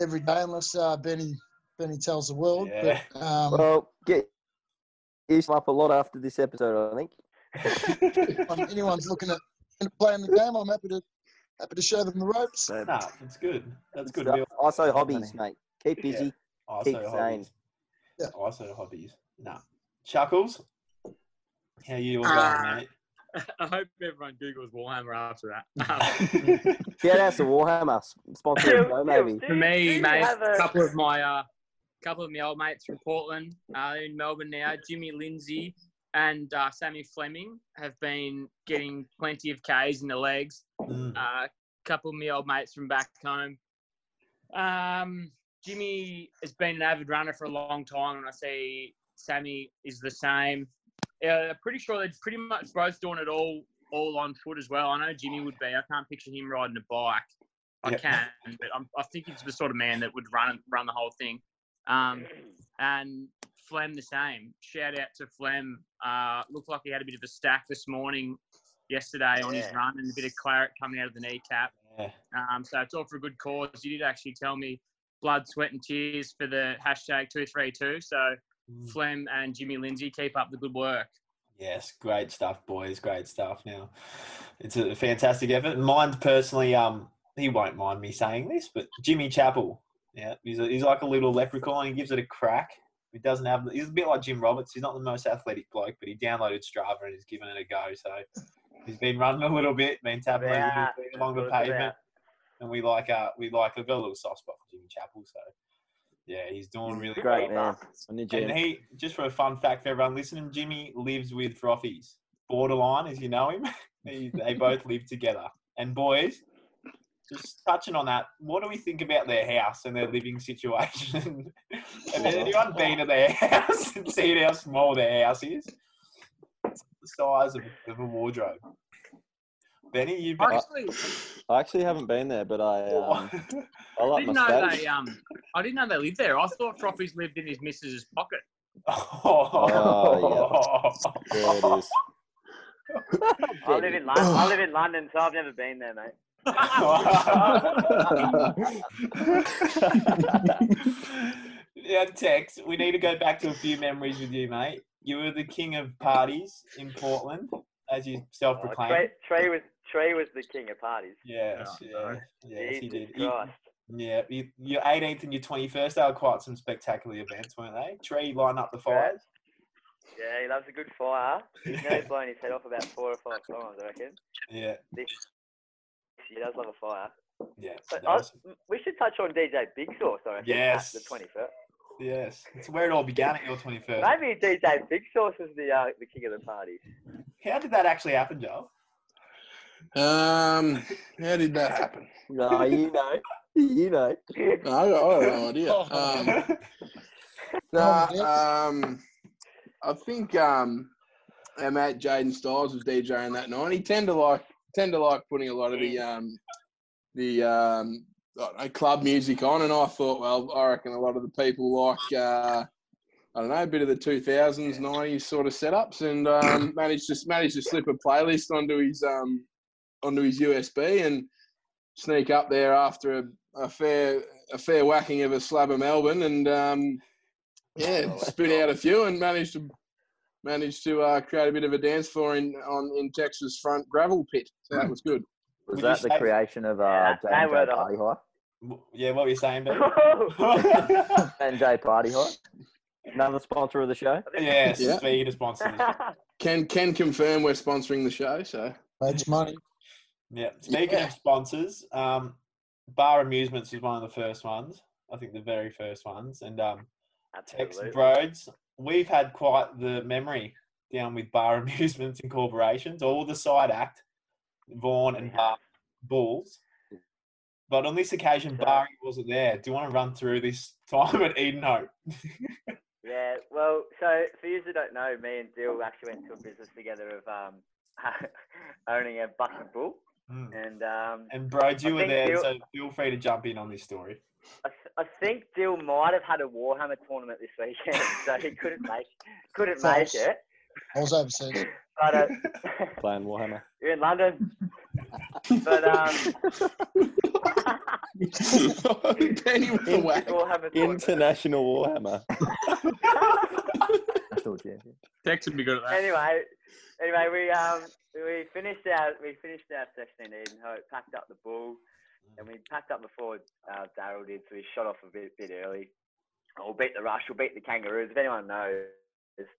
Speaker 9: every day unless uh, Benny Benny tells the world.
Speaker 1: Yeah.
Speaker 9: But um,
Speaker 7: Well, get used up a lot after this episode, I think.
Speaker 9: when anyone's looking at at playing the game, I'm happy to happy to show them the ropes.
Speaker 1: nah, that's good. That's good.
Speaker 7: Stuff.
Speaker 1: Bill.
Speaker 7: Also, hobbies, mate. Keep busy. Keep
Speaker 1: ISO
Speaker 7: sane.
Speaker 1: hobbies.
Speaker 9: Yeah.
Speaker 1: ISO hobbies. Nah. Chuckles, how you all going,
Speaker 6: I hope everyone Googles Warhammer after that. Um,
Speaker 1: mate?
Speaker 7: Shout out to Warhammer, s- sponsor
Speaker 5: Still-
Speaker 7: of the show,
Speaker 5: still,
Speaker 7: maybe.
Speaker 5: do
Speaker 6: For
Speaker 5: you- do
Speaker 6: me,
Speaker 5: you
Speaker 6: mate,
Speaker 5: have
Speaker 6: a
Speaker 5: a-
Speaker 6: couple of my uh, couple of my old mates from Portland, uh, they're in Melbourne now, Jimmy Lindsay and uh, Sammy Fleming have been getting plenty of Ks in the legs.
Speaker 1: Mm.
Speaker 6: A uh, couple of my old mates from back home. Um, Jimmy has been an avid runner for a long time, and I see Sammy is the same. Yeah, I'm pretty sure they're pretty much both doing it all all on foot as well. I know Jimmy would be. I can't picture him riding a bike. I
Speaker 1: Yeah.
Speaker 6: can, but I'm, I think he's the sort of man that would run run the whole thing. Um, and Flem the same. Shout out to Flem. Uh, looked like he had a bit of a stack this morning, yesterday on his
Speaker 5: Yeah.
Speaker 6: run, and a bit of claret coming out of the kneecap.
Speaker 1: Yeah.
Speaker 6: Um, so it's all for a good cause. You did actually tell me blood, sweat, and tears for the hashtag 232. So
Speaker 1: Mm.
Speaker 6: Flem and Jimmy Lindsay, keep up the good work.
Speaker 1: Yes, great stuff, boys. Great stuff. Now, it's a fantastic effort. Mine personally, um, he won't mind me saying this, but Jimmy Chappell, yeah, he's, a, he's like a little leprechaun. He gives it a crack. He doesn't have. He's a bit like Jim Roberts. He's not the most athletic bloke, but he downloaded Strava and he's given it a go. So he's been running a little bit, been tapping a little
Speaker 5: Yeah,
Speaker 1: bit along the
Speaker 5: that's what it's
Speaker 1: pavement,
Speaker 5: about.
Speaker 1: and we like uh we like we've got a little soft spot for Jimmy Chappell. So yeah, he's doing really
Speaker 7: Great
Speaker 1: great.
Speaker 7: man.
Speaker 4: I need you.
Speaker 1: And he, just for a fun fact for everyone listening, Jimmy lives with Frothies. Borderline, as you know him. He- they both live together. And boys, just touching on that, what do we think about their house and their living situation? Have anyone been to their house and seen how small their house is? It's the size of, of a wardrobe. Benny, you've been. Oh.
Speaker 6: Actually,
Speaker 4: I actually haven't been there, but I um, I
Speaker 6: I
Speaker 4: like
Speaker 6: didn't know
Speaker 4: my space.
Speaker 6: they um. I didn't know they lived there. I thought Froppy's lived in his missus's pocket.
Speaker 4: Oh, yeah. There it is.
Speaker 5: I live in London. I live in London, so I've never been there, mate.
Speaker 1: yeah, Tex, we need to go back to a few memories with you, mate. You were the king of parties in Portland, as you self-proclaimed.
Speaker 5: Trey, Trey was Trey was the king of parties.
Speaker 1: Yes, yeah, yes, he
Speaker 5: Jesus
Speaker 1: did. You-
Speaker 5: Christ.
Speaker 1: yeah, you- your 18th and your 21st, they were quite some spectacular events, weren't they? Tree line up the fires.
Speaker 5: Yeah, he loves a good fire. He's nearly blown his head off about four or five times, I reckon.
Speaker 1: Yeah,
Speaker 5: This, he does love a fire.
Speaker 1: yeah.
Speaker 5: But
Speaker 1: that was-
Speaker 5: I, we should touch on DJ Big Sauce, I reckon.
Speaker 1: Yes.
Speaker 5: That's the twenty first.
Speaker 1: Yes, it's where it all began at your 21st.
Speaker 5: Maybe DJ Big Sauce was the uh, the king of the parties.
Speaker 1: How did that actually happen, Joel?
Speaker 3: Um, how did that happen?
Speaker 7: No, you know. You know.
Speaker 3: No, I got, I got no idea. Um, nah, um, I think um, our mate Jaden Styles was DJing that night. He tend to like tend to like putting a lot of the um, the um, I don't know, club music on, and I thought, well, I reckon a lot of the people like. Uh, I don't know, a bit of the 2000s, 90s sort of setups, and um, managed to managed to slip a playlist onto his um, onto his USB and sneak up there after a, a fair a fair whacking of a slab of Melbourne and um,
Speaker 1: Oh,
Speaker 3: yeah, spit out a few and managed to managed to uh, create a bit of a dance floor in on in Texas front gravel pit. So that was good.
Speaker 8: Was
Speaker 1: Hmm. Would
Speaker 8: that
Speaker 1: you
Speaker 8: the
Speaker 1: say-
Speaker 8: creation of
Speaker 5: Yeah,
Speaker 8: uh,
Speaker 5: they
Speaker 8: J&J
Speaker 5: were the-
Speaker 8: Party High?
Speaker 1: W- Yeah, what were you saying, Ben?
Speaker 8: J&J Party High?
Speaker 7: Another sponsor of the show.
Speaker 1: yes,
Speaker 3: Yeah.
Speaker 1: speaking of sponsors.
Speaker 3: Can can confirm we're sponsoring the show. So
Speaker 9: It's money.
Speaker 1: Yeah. Speaking
Speaker 3: Yeah.
Speaker 1: of sponsors, um, Bar Amusements was one of the first ones. I think the very first ones. And um, Tex
Speaker 5: Absolutely.
Speaker 1: Broads, we've had quite the memory down with Bar Amusements and corporations, all the side act, Vaughan and Bar Bulls. But on this occasion,
Speaker 5: Sure.
Speaker 1: Barry wasn't there. Do you want to run through this time at Eden Hope?
Speaker 5: Yeah, well, so for you that don't know, me and Dill actually went to a business together of um, owning a bucking bull,
Speaker 1: Mm.
Speaker 5: and um,
Speaker 1: And Broads,
Speaker 5: I
Speaker 1: you were
Speaker 5: think
Speaker 1: there,
Speaker 5: Bill-
Speaker 1: so feel free to jump in on this story.
Speaker 5: I, th- I think Dill might have had a Warhammer tournament this weekend, so he couldn't make couldn't
Speaker 9: False.
Speaker 5: make it.
Speaker 9: I was overseas.
Speaker 5: But uh,
Speaker 4: Playing Warhammer.
Speaker 5: you're in London, but um,
Speaker 3: Penny with the whack.
Speaker 5: Warhammer tournament.
Speaker 4: International Warhammer.
Speaker 8: National champion.
Speaker 6: Tex would be good at that.
Speaker 5: anyway, anyway, we um we finished our we finished our session in Eden Hope, packed up the bull, and we packed up before uh, Daryl did, so we shot off a bit bit early. We'll beat the rush. We'll beat the kangaroos. If anyone knows,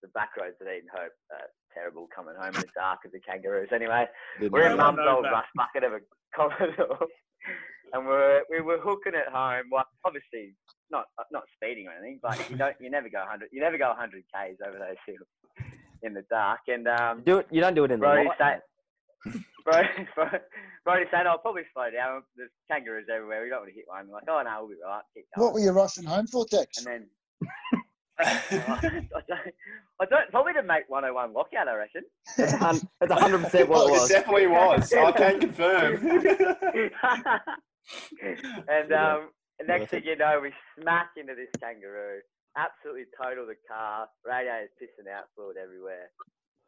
Speaker 5: the back roads at Eden Hope uh, terrible coming home in the dark as the kangaroos. Anyway,
Speaker 4: Didn't
Speaker 5: we're
Speaker 4: know
Speaker 5: in
Speaker 4: that.
Speaker 5: mum's old rust bucket of a Commodore, and we're we were hooking it home. Well, obviously not uh, not speeding or anything, but you don't you never go 100 you never go 100 k's over those hills in the dark. And um,
Speaker 7: Do it. You don't do it in the
Speaker 5: Brody
Speaker 7: night.
Speaker 5: said, Brody, Brody, Brody said, I'll probably slow down. There's kangaroos everywhere. We don't want to hit one. I'm like, oh no, we'll be right. Keep going.
Speaker 9: What were you rushing home for, Dex?
Speaker 5: and then I don't, I don't, probably to make 101 lockout, I reckon.
Speaker 7: That's a
Speaker 5: Um,
Speaker 7: hun- that's a Um, hundred percent what it
Speaker 1: Well, it
Speaker 7: was.
Speaker 1: definitely was. I can confirm.
Speaker 5: and
Speaker 4: Yeah.
Speaker 5: um, next thing you know, we smack into this kangaroo. Absolutely total the car. Radio is pissing out fluid everywhere.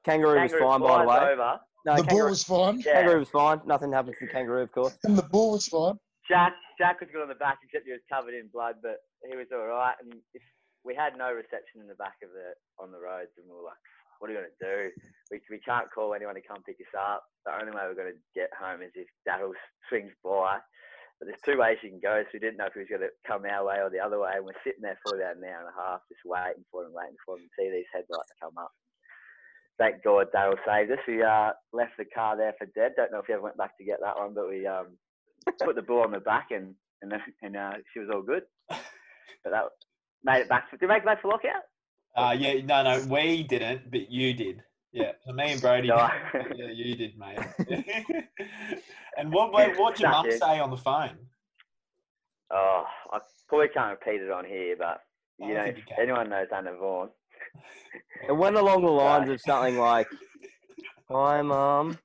Speaker 7: Kangaroo was fine, by the
Speaker 5: flies
Speaker 7: way.
Speaker 5: over.
Speaker 7: No,
Speaker 9: The ball
Speaker 7: kangaroo,
Speaker 9: was fine,
Speaker 5: Yeah.
Speaker 7: kangaroo was fine. Nothing happened to the kangaroo, of course.
Speaker 9: and the ball was fine.
Speaker 5: Jack Jack was good on the back, except he was covered in blood, but he was all right. And if we had no reception in the back of the on the roads, and we were like, "What are we gonna do? We, we can't call anyone to come pick us up. The only way we're gonna get home is if Daryl swings by." But there's two ways you can go, so we didn't know if he was gonna come our way or the other way. And we're sitting there for about an hour and a half, just waiting for him, waiting for him, to see these headlights come up. Thank God Daryl saved us. We uh, left the car there for dead. Don't know if he ever went back to get that one, but we um, put the ball on the back and and then, and uh, she was all good. But that made it back. To, did we make it back for lockout?
Speaker 1: Uh, yeah, no, no, we didn't, but you did. Yeah, so me and Brody.
Speaker 5: No.
Speaker 1: Yeah, you did, mate. and what what what'd your
Speaker 5: Suck
Speaker 1: mum
Speaker 5: it.
Speaker 1: say on the phone?
Speaker 5: oh, I probably can't repeat it on here, but
Speaker 1: I
Speaker 5: you
Speaker 1: don't
Speaker 5: know,
Speaker 1: think you can.
Speaker 5: anyone knows Anna Vaughan.
Speaker 7: It went along the lines of something like, "Hi, mum.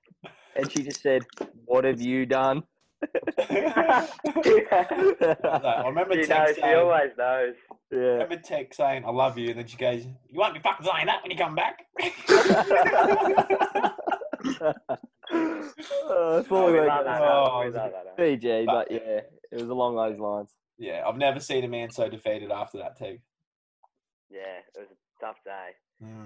Speaker 7: and she just said, "What have you done?"
Speaker 1: I remember
Speaker 5: She
Speaker 1: Tech
Speaker 5: knows. She
Speaker 1: saying,
Speaker 5: always knows.
Speaker 7: yeah.
Speaker 1: remember Tech saying, I love you. And then she goes, You won't be fucking saying that when you come back.
Speaker 7: Oh, it's
Speaker 5: Oh,
Speaker 7: all
Speaker 5: we
Speaker 7: worked
Speaker 5: love that.
Speaker 7: out.
Speaker 1: Oh,
Speaker 5: we
Speaker 1: it was
Speaker 5: love that. eh?
Speaker 7: PG, but yeah, it was along those lines.
Speaker 1: yeah, I've never seen a man so defeated after that, too.
Speaker 5: Yeah, it was a tough day.
Speaker 1: Mm,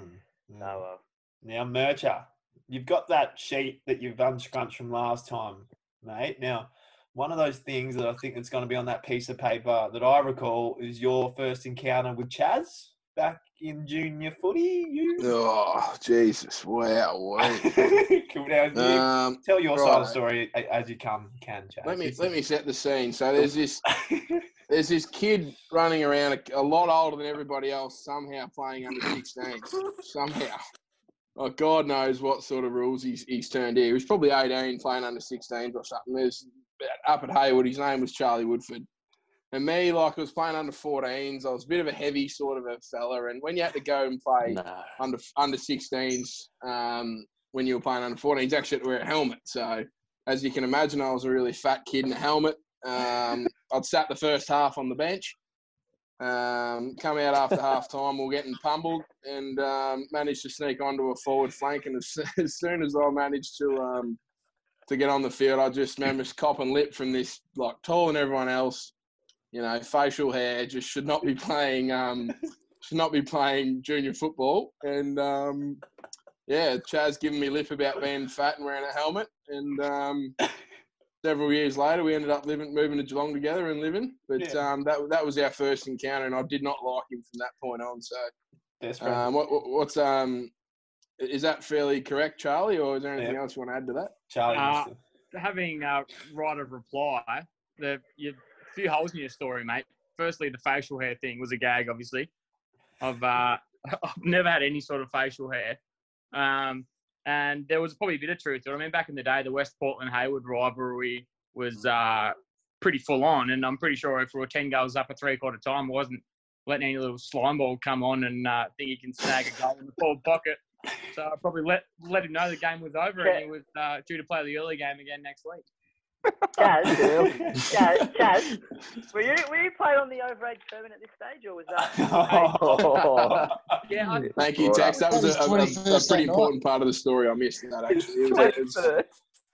Speaker 1: mm.
Speaker 5: Oh well.
Speaker 1: Now, Mercher, you've got that sheet that you've unscrunched from last time, mate. Now, one of those things that I think that's going to be on that piece of paper that I recall is your first encounter with Chaz back in junior footy. You
Speaker 3: Oh, Jesus. Wow. wow.
Speaker 1: Cool, now, you
Speaker 3: Um,
Speaker 1: tell your side of the
Speaker 3: righto.
Speaker 1: story a- as you come, can Chaz.
Speaker 3: let me
Speaker 1: It's-
Speaker 3: let me set the scene. So there's this there's this kid running around a, a lot older than everybody else, somehow playing under 16s. somehow. Oh, God knows what sort of rules he's, he's turned here. He was probably 18 playing under 16s or something. There's up at Haywood, his name was Charlie Woodford. And me, like, I was playing under 14s. I was a bit of a heavy sort of a fella. And when you had to go and play
Speaker 4: No.
Speaker 3: under under 16s um, when you were playing under 14s actually had to wear a helmet. So as you can imagine, I was a really fat kid in a helmet. Um, I'd sat the first half on the bench. Um, come out after half time, we we're getting pummeled and um, managed to sneak onto a forward flank. And as, as soon as I managed to um, to get on the field, I just remember just cop and lip from this like taller than everyone else. You know, facial hair just should not be playing um, should not be playing junior football. And um, yeah, Chaz giving me lip about being fat and wearing a helmet. And um, several years later, we ended up living, moving to Geelong together and living. But
Speaker 1: Yeah.
Speaker 3: um, that that was our first encounter, and I did not like him from that point on. So,
Speaker 1: Best friend.
Speaker 3: um, what, what- what's um, is that fairly correct, Charlie, or is there anything
Speaker 1: Yeah.
Speaker 3: else you want to add to that?
Speaker 1: Charlie.
Speaker 6: Uh,
Speaker 1: Mr.
Speaker 6: having a right of reply, the you, few holes in your story, mate. Firstly, the facial hair thing was a gag, obviously. I've uh, I've never had any sort of facial hair, um, and there was probably a bit of truth. I mean, back in the day, the West Portland Hayward rivalry was uh, pretty full on, and I'm pretty sure if we were ten goals up at three quarter time, I wasn't letting any little slime ball come on and uh, think he can snag a goal in the forward pocket. So I probably let let him know the game was over, and he was uh, due to play the early game again next week.
Speaker 5: Chaz, Chaz, Chaz, were you were you playing on the overage tournament at this stage, or was that?
Speaker 6: Yeah, I,
Speaker 3: Thank you,
Speaker 8: Right.
Speaker 3: Tex. That was
Speaker 9: That is
Speaker 3: a, a- a- a
Speaker 9: 21st
Speaker 3: pretty
Speaker 9: night.
Speaker 3: important part of the story. I missed that actually. It was- it was-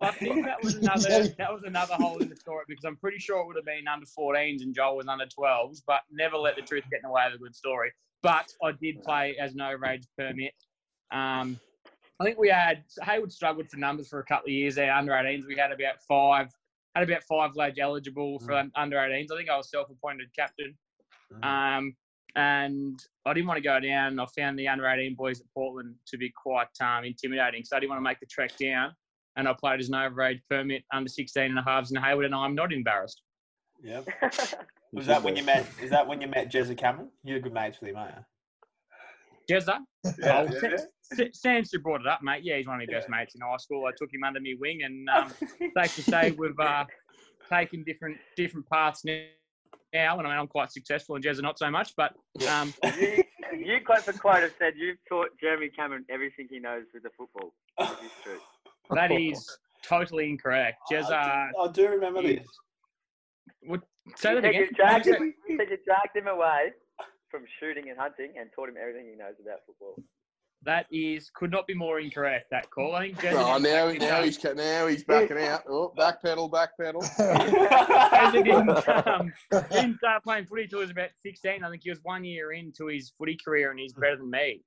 Speaker 6: I think that was another that was another hole in the story because I'm pretty sure it would have been under 14s and Joel was under 12s, but never let the truth get in the way of a good story. But I did play as an overage permit. Um, I think we had Haywood struggled for numbers for a couple of years there. Under 18s, we had about five had about five lads eligible for un- under 18s. I think I was self-appointed captain.
Speaker 1: Mm.
Speaker 6: Um, and I didn't want to go down. I found the under 18 boys at Portland to be quite um, intimidating, so I didn't want to make the trek down. And I played as an overage permit under 16 and a halves in Hayward, and I'm not embarrassed.
Speaker 1: Yep. Was that when you met? Is that when you met Jezza Cameron? You're good mates with him, aren't you?
Speaker 6: Jezza,
Speaker 1: Yeah,
Speaker 6: Oh,
Speaker 1: yeah,
Speaker 6: Sam-
Speaker 1: yeah.
Speaker 6: S- Sam still brought it up, mate. Yeah, he's one of my best mates in high school. I took him under my wing, and um, safe to say we've uh, taken different different paths now. Now, and I mean, I'm quite successful, and Jezza not so much. But um,
Speaker 5: You, you quote for quote have said you've taught Jeremy Cameron everything he knows with the football. This is true.
Speaker 6: that is totally incorrect. Jezza,
Speaker 1: I, do, I do remember
Speaker 6: you-
Speaker 1: this.
Speaker 6: would uh, say that
Speaker 5: you said
Speaker 6: again.
Speaker 5: you dragged him, you said you dragged him away from shooting and hunting and taught him everything he knows about football.
Speaker 6: That is could not be more incorrect. That call. I think Jezza.
Speaker 3: Oh,
Speaker 6: didn't
Speaker 3: now,
Speaker 6: take the
Speaker 3: now
Speaker 6: time.
Speaker 3: he's ca- now he's backing out. Oh, back pedal, back pedal.
Speaker 6: Jezza didn't, um, didn't start playing footy till he was about 16. I think he was one year into his footy career, and he's better than me,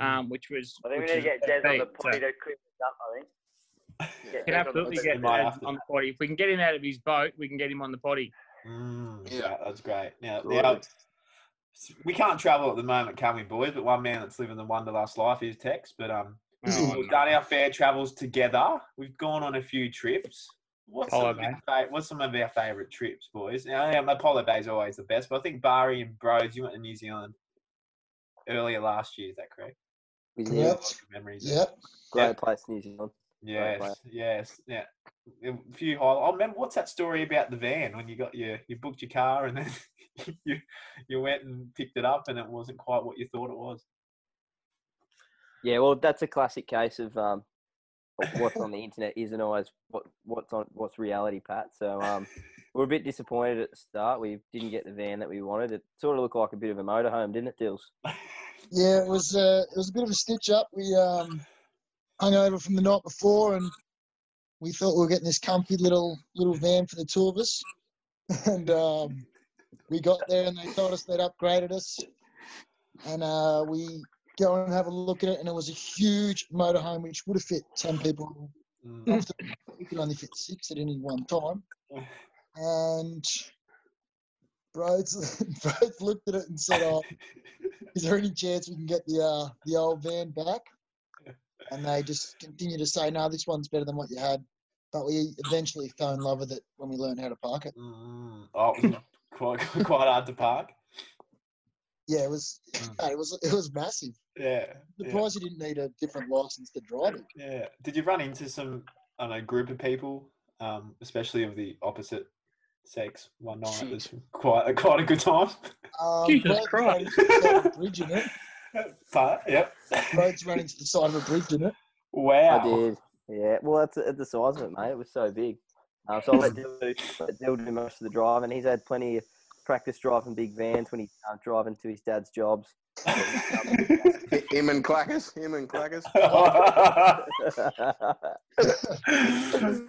Speaker 1: Mm.
Speaker 6: um, which was.
Speaker 5: I think we
Speaker 6: which
Speaker 5: need to
Speaker 6: is
Speaker 5: get Jez on the
Speaker 6: great. So-
Speaker 5: potty to clear this up, I think.
Speaker 6: Can
Speaker 5: Get Jez on the
Speaker 6: absolutely
Speaker 5: potty.
Speaker 6: get
Speaker 1: might
Speaker 6: Jez
Speaker 1: have to.
Speaker 6: on the potty. If we can get him out of his boat, we can get him on the potty.
Speaker 1: Mm,
Speaker 3: Yeah.
Speaker 1: yeah, that's great. Now,
Speaker 8: Good.
Speaker 1: now we can't travel at the moment, can we, boys? But one man that's living the wanderlust life is Tex. But um,
Speaker 6: Oh,
Speaker 1: we've
Speaker 6: no.
Speaker 1: done our fair travels together. We've gone on a few trips. What's some,
Speaker 6: Apollo
Speaker 1: of your, fa- what's some of our favourite trips, boys? Now, um, Apollo Bay is always the best, but I think Bari and Bros, you went to New Zealand earlier last year. Is that correct?
Speaker 7: New
Speaker 9: Correct.
Speaker 7: Zealand,
Speaker 1: Good Memories. of-
Speaker 9: Yep.
Speaker 7: great
Speaker 1: Yeah.
Speaker 7: place, New Zealand. Great player.
Speaker 1: Yes, yes, yeah. A few highlights. I remember what's that story about the van when you got your you booked your car and then you you went and picked it up and it wasn't quite what you thought it was.
Speaker 7: Yeah, well, that's a classic case of um, of what's on the internet isn't always what, what's on what's reality, Pat. So um, we're a bit disappointed at the start. We didn't get the van that we wanted. It sort of looked like a bit of a motorhome, didn't it, Dills?
Speaker 9: Yeah, it was uh, it was a bit of a stitch up. We um, hung over from the night before, and we thought we were getting this comfy little little van for the two of us. And um, we got there, and they told us they'd upgraded us, and uh, we go and have a look at it, and it was a huge motorhome which would have fit ten people. After, you could only fit six at any one time, and Broads, Broads looked at it and said, "Oh, is there any chance we can get the uh, the old van back?" And they just continue to say, "No, this one's better than what you had." But we eventually fell in love with it when we learned how to park it.
Speaker 1: Oh, it was quite quite hard to park.
Speaker 9: Yeah, it was it was it was massive.
Speaker 1: Mm. Yeah. yeah.
Speaker 9: Surprised you didn't need a different license to drive it.
Speaker 1: Yeah. Did you run into some, I don't know, group of people, um, especially of the opposite sex, one night? It was quite a, quite a good time.
Speaker 9: Um,
Speaker 1: Jesus
Speaker 9: Broads ran into the
Speaker 1: Christ.
Speaker 9: side of a bridge in it.
Speaker 1: But, yep.
Speaker 9: Broads ran into the side of a bridge in it.
Speaker 1: Wow.
Speaker 7: I did. Yeah. Well, that's at the size of it, mate. It was so big. Um, so I let Dill, do- let Dill do most of the driving. He's had plenty of practice driving big vans when he's um, driving to his dad's jobs.
Speaker 3: Him and Clackers. Him and Clackers.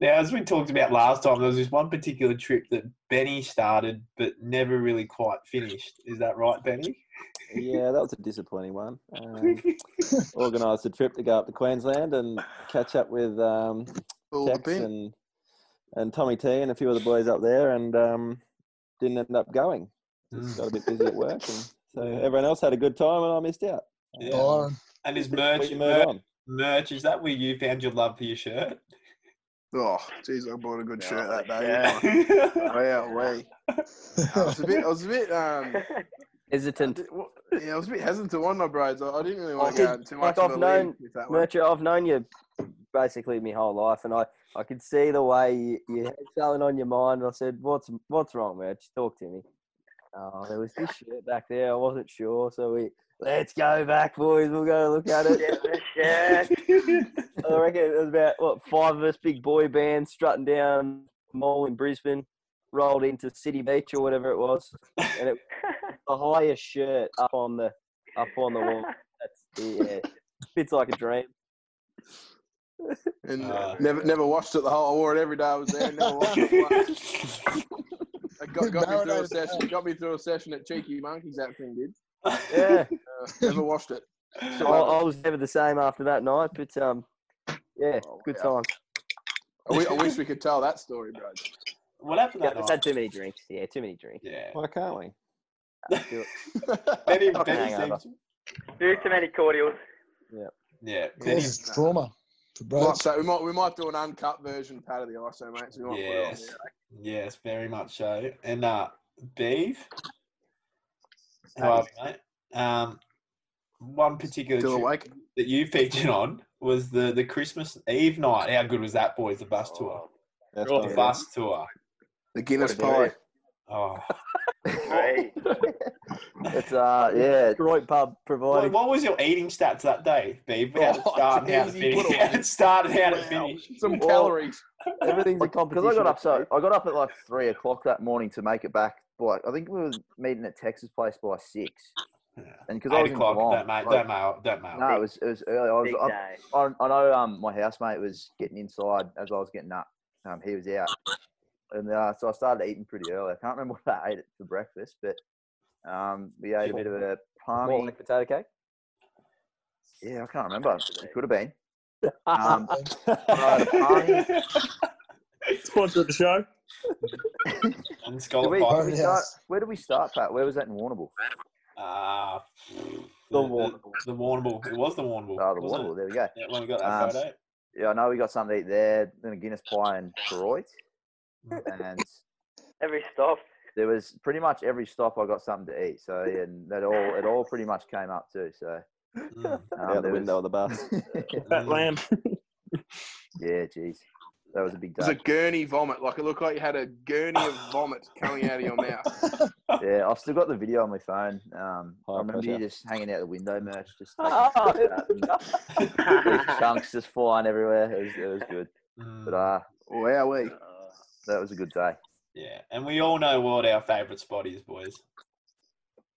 Speaker 1: Now, as we talked about last time, there was this one particular trip that Benny started but never really quite finished. Is that right, Benny?
Speaker 4: yeah, that was a disappointing one. Um, organised a trip to go up to Queensland and catch up with um,
Speaker 3: All the
Speaker 4: Tex and and Tommy T and a few of the boys up there, and um, didn't end up going.
Speaker 6: Mm.
Speaker 4: Just got a bit busy at work, and so everyone else had a good time, and I missed out.
Speaker 1: Yeah.
Speaker 9: Oh,
Speaker 1: And his merch,
Speaker 4: you move
Speaker 1: merch,
Speaker 4: on.
Speaker 1: merch, is that where you found your love for your shirt?
Speaker 3: Oh, geez, I bought a good shirt that day.
Speaker 1: Yeah.
Speaker 3: didn't I? Wow, wee. I was a bit. I was a bit. Um,
Speaker 7: Hesitant.
Speaker 3: yeah, I was a bit hesitant on my bros. I, I didn't really want to
Speaker 7: I
Speaker 3: go
Speaker 7: did-
Speaker 3: out too
Speaker 7: like
Speaker 3: much of
Speaker 7: I've
Speaker 3: a
Speaker 7: known
Speaker 3: lead with that one.
Speaker 7: Mercher, I've known you basically my whole life, and I, I could see the way you, you had something on your mind. And I said, "What's what's wrong, Merch? Talk to me." Oh, there was this shirt back there. I wasn't sure, so we let's go back, boys. We'll go look at it.
Speaker 5: yeah.
Speaker 7: I reckon it was about what five of us, big boy band, strutting down the mall in Brisbane, rolled into City Beach or whatever it was, and it the highest shirt up on the up on the wall. That's yeah, fits like a dream.
Speaker 3: And
Speaker 1: Uh,
Speaker 3: never, never washed it the whole. I wore it every day I was there. Never washed it once. It got, got me through a
Speaker 9: Marinated
Speaker 3: session. Got me through a session at Cheeky Monkeys. That thing did.
Speaker 7: Yeah.
Speaker 3: Uh, never washed it.
Speaker 7: I,
Speaker 3: Still have it.
Speaker 7: I was never the same after that night, but um, yeah,
Speaker 3: Oh,
Speaker 7: good
Speaker 3: wow.
Speaker 7: times.
Speaker 3: I, wi- I wish we could tell that story, bro.
Speaker 1: What happened
Speaker 7: Yeah,
Speaker 1: that
Speaker 7: just
Speaker 1: night?
Speaker 7: had too many drinks. Yeah, too many drinks.
Speaker 1: Yeah.
Speaker 4: Why can't we?
Speaker 1: Benny,
Speaker 7: Fucking
Speaker 1: Benny
Speaker 7: hangover.
Speaker 1: seems,
Speaker 5: Do too many cordials.
Speaker 1: yeah, Benny,
Speaker 9: Causes trauma for
Speaker 3: Might
Speaker 9: Broads.
Speaker 3: say- we might we might do an uncut version part of the ISO, mate. So we might put it on
Speaker 1: yes, yes, very much so. And uh, Beef, how are you, mate? Um, one particular
Speaker 3: there. Still
Speaker 1: trip
Speaker 3: awake?
Speaker 1: that you featured on was the the Christmas Eve night. How good was that, boys? The bus tour,
Speaker 4: Oh, That's
Speaker 1: the
Speaker 4: not
Speaker 1: bus tour.
Speaker 3: The Guinness
Speaker 8: What a
Speaker 3: pie.
Speaker 1: Oh,
Speaker 5: Three.
Speaker 7: It's uh, yeah, Detroit pub
Speaker 1: what,
Speaker 7: provided.
Speaker 1: what was your eating stats that day, Beef? How to
Speaker 3: Oh,
Speaker 1: start and how to
Speaker 3: geez, you
Speaker 1: finish?
Speaker 3: put away.
Speaker 1: How to start and how to
Speaker 3: Wow.
Speaker 1: finish?
Speaker 3: Some calories.
Speaker 8: Everything's a
Speaker 7: Because
Speaker 8: competition.
Speaker 7: I got up so
Speaker 8: I got up at like three o'clock that morning to make it back. By I think we were meeting at Texas Place by six,
Speaker 1: Yeah.
Speaker 8: and because I
Speaker 1: Eight
Speaker 8: was in
Speaker 1: o'clock.
Speaker 8: Geelong,
Speaker 1: Don't mate.
Speaker 8: like-
Speaker 1: Don't mail. Don't mail.
Speaker 8: No, it was it was early. I was
Speaker 5: Big
Speaker 8: up
Speaker 5: day.
Speaker 8: I, I know um, my housemate was getting inside as I was getting up. Um, he was out, and uh, so I started eating pretty early. I can't remember what I ate for breakfast, but um, we ate a bit of a
Speaker 7: More
Speaker 8: palmy.
Speaker 7: like potato cake.
Speaker 8: Yeah, I can't remember. It could have been. Um, I had a palmy.
Speaker 11: Sponsor of the show.
Speaker 1: and
Speaker 8: Did
Speaker 1: Scholar
Speaker 8: we,
Speaker 1: Pie.
Speaker 8: did we
Speaker 9: Yes.
Speaker 8: start, where did we start, Pat? Where was that in Warrnambool?
Speaker 1: Ah, the,
Speaker 7: Warrnambool.
Speaker 1: The, the Warrnambool. It was the Warnable.
Speaker 8: Oh, the Warrnambool. There we go.
Speaker 1: Yeah, when we got that
Speaker 8: Um,
Speaker 1: photo.
Speaker 8: Yeah, I know we got something to eat there. Then a Guinness pie and Detroit, and
Speaker 5: Every stop.
Speaker 8: there was pretty much every stop I got something to eat. So yeah, and that all it all pretty much came up too. So
Speaker 1: Mm,
Speaker 8: um,
Speaker 4: out the
Speaker 8: there was-
Speaker 4: window of the bus.
Speaker 11: Fat
Speaker 1: Mm.
Speaker 11: lamb.
Speaker 8: Yeah, jeez. That was a big
Speaker 3: It was
Speaker 8: day.
Speaker 3: a gurney vomit. Like it looked like you had a gurney of vomit coming out of your mouth.
Speaker 8: yeah, I've still got the video on my phone. Um,
Speaker 1: Oh,
Speaker 8: I remember you
Speaker 3: pressure.
Speaker 8: just hanging out the window, merch, just
Speaker 3: Oh.
Speaker 8: taking big chunks just flying everywhere. It was, it was good.
Speaker 1: Mm.
Speaker 8: But uh, wow, we that was a good day.
Speaker 1: Yeah, and we all know what our favourite spot is, boys.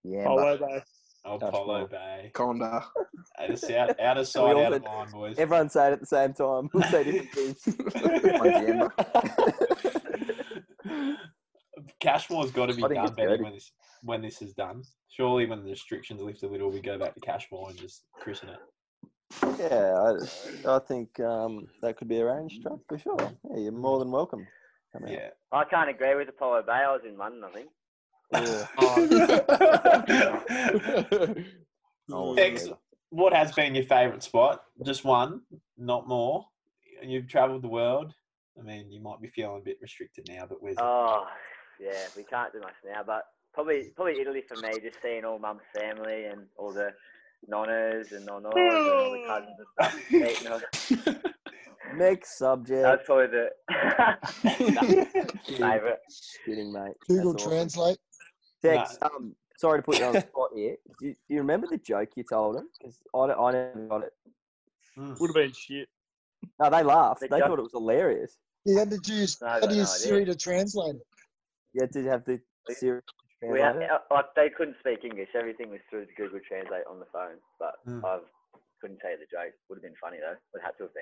Speaker 8: Yeah,
Speaker 1: Polo
Speaker 8: mate.
Speaker 1: Bay. Oh,
Speaker 8: Touch
Speaker 1: Polo
Speaker 8: wood.
Speaker 1: Bay.
Speaker 3: Conda.
Speaker 1: Out of, out, out of sight, out of mind, boys.
Speaker 7: Everyone say it at the same time. We'll say different things.
Speaker 1: Cashmore's got to be
Speaker 7: I think
Speaker 1: done,
Speaker 7: it's
Speaker 1: Benny,
Speaker 7: dirty.
Speaker 1: when this, when this is done. Surely, when the restrictions lift a little, we go back to Cashmore and just christen it.
Speaker 7: Yeah, I, I think um, that could be arranged Trump, for sure. Yeah, you're more than welcome. Come out.
Speaker 1: Yeah.
Speaker 5: I can't agree with Apollo Bay. I was in London, I think. Oh,
Speaker 1: Oh,
Speaker 8: Oh,
Speaker 1: Ex- what has been your favourite spot? Just one, not more. And you've travelled the world. I mean, you might be feeling a bit restricted now, but where's
Speaker 5: Oh, yeah, we can't do much now, but probably probably Italy for me, just seeing all mum's family and all the nonnas and nonnos and all the cousins and stuff. Meeting all-
Speaker 7: Next subject.
Speaker 5: That's probably the favourite.
Speaker 7: Kidding, mate.
Speaker 9: Google
Speaker 7: That's awesome.
Speaker 9: Translate.
Speaker 7: Dex, um, sorry to put you on the spot here. Do you, do you remember the joke you told them? Because I, don't- I never got it.
Speaker 11: Would have been shit.
Speaker 7: No, they laughed.
Speaker 11: The
Speaker 7: they
Speaker 11: joke-
Speaker 7: thought it was hilarious.
Speaker 9: You had to use,
Speaker 5: No, I
Speaker 9: had
Speaker 5: got
Speaker 9: to
Speaker 5: no
Speaker 9: use
Speaker 5: idea.
Speaker 9: Siri to translate it.
Speaker 7: Yeah, did you have the Siri
Speaker 5: We had,
Speaker 7: translate it?
Speaker 5: uh, like, they couldn't speak English. Everything was through Google Translate on the phone, but
Speaker 7: Mm.
Speaker 5: I couldn't tell you the joke. Would have been funny, though. Would have had to have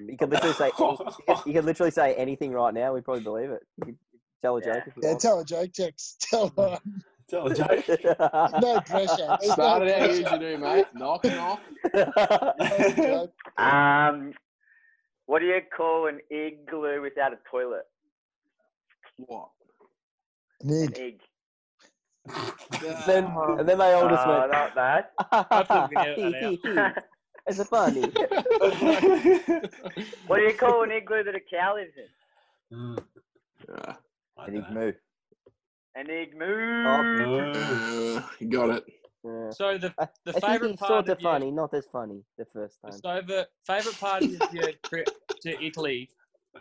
Speaker 5: been.
Speaker 7: You could literally say any- you could- you could literally say anything right now. We'd probably believe it. You could tell a joke. If you
Speaker 9: Yeah,
Speaker 7: want.
Speaker 9: tell a joke, Tex. Tell one.
Speaker 1: Tell a joke.
Speaker 9: No pressure. There's no
Speaker 3: Started out
Speaker 9: pressure.
Speaker 3: you usually do, mate. Knock knock.
Speaker 5: Um, what do you call an igloo without a toilet?
Speaker 3: What?
Speaker 9: An egg.
Speaker 5: Egg.
Speaker 7: then, and then they all just
Speaker 5: Oh,
Speaker 7: went.
Speaker 5: not bad.
Speaker 7: it's a funny.
Speaker 5: What do you call an igloo that a cow lives in?
Speaker 3: Mm.
Speaker 8: An igloo.
Speaker 5: An
Speaker 6: Oh,
Speaker 5: igloo.
Speaker 7: Oh,
Speaker 3: got it.
Speaker 6: So the the
Speaker 7: I think
Speaker 6: favourite
Speaker 7: it's sort
Speaker 6: part
Speaker 7: of
Speaker 6: of your,
Speaker 7: funny, not as funny the first time.
Speaker 6: so the favourite part of your trip to Italy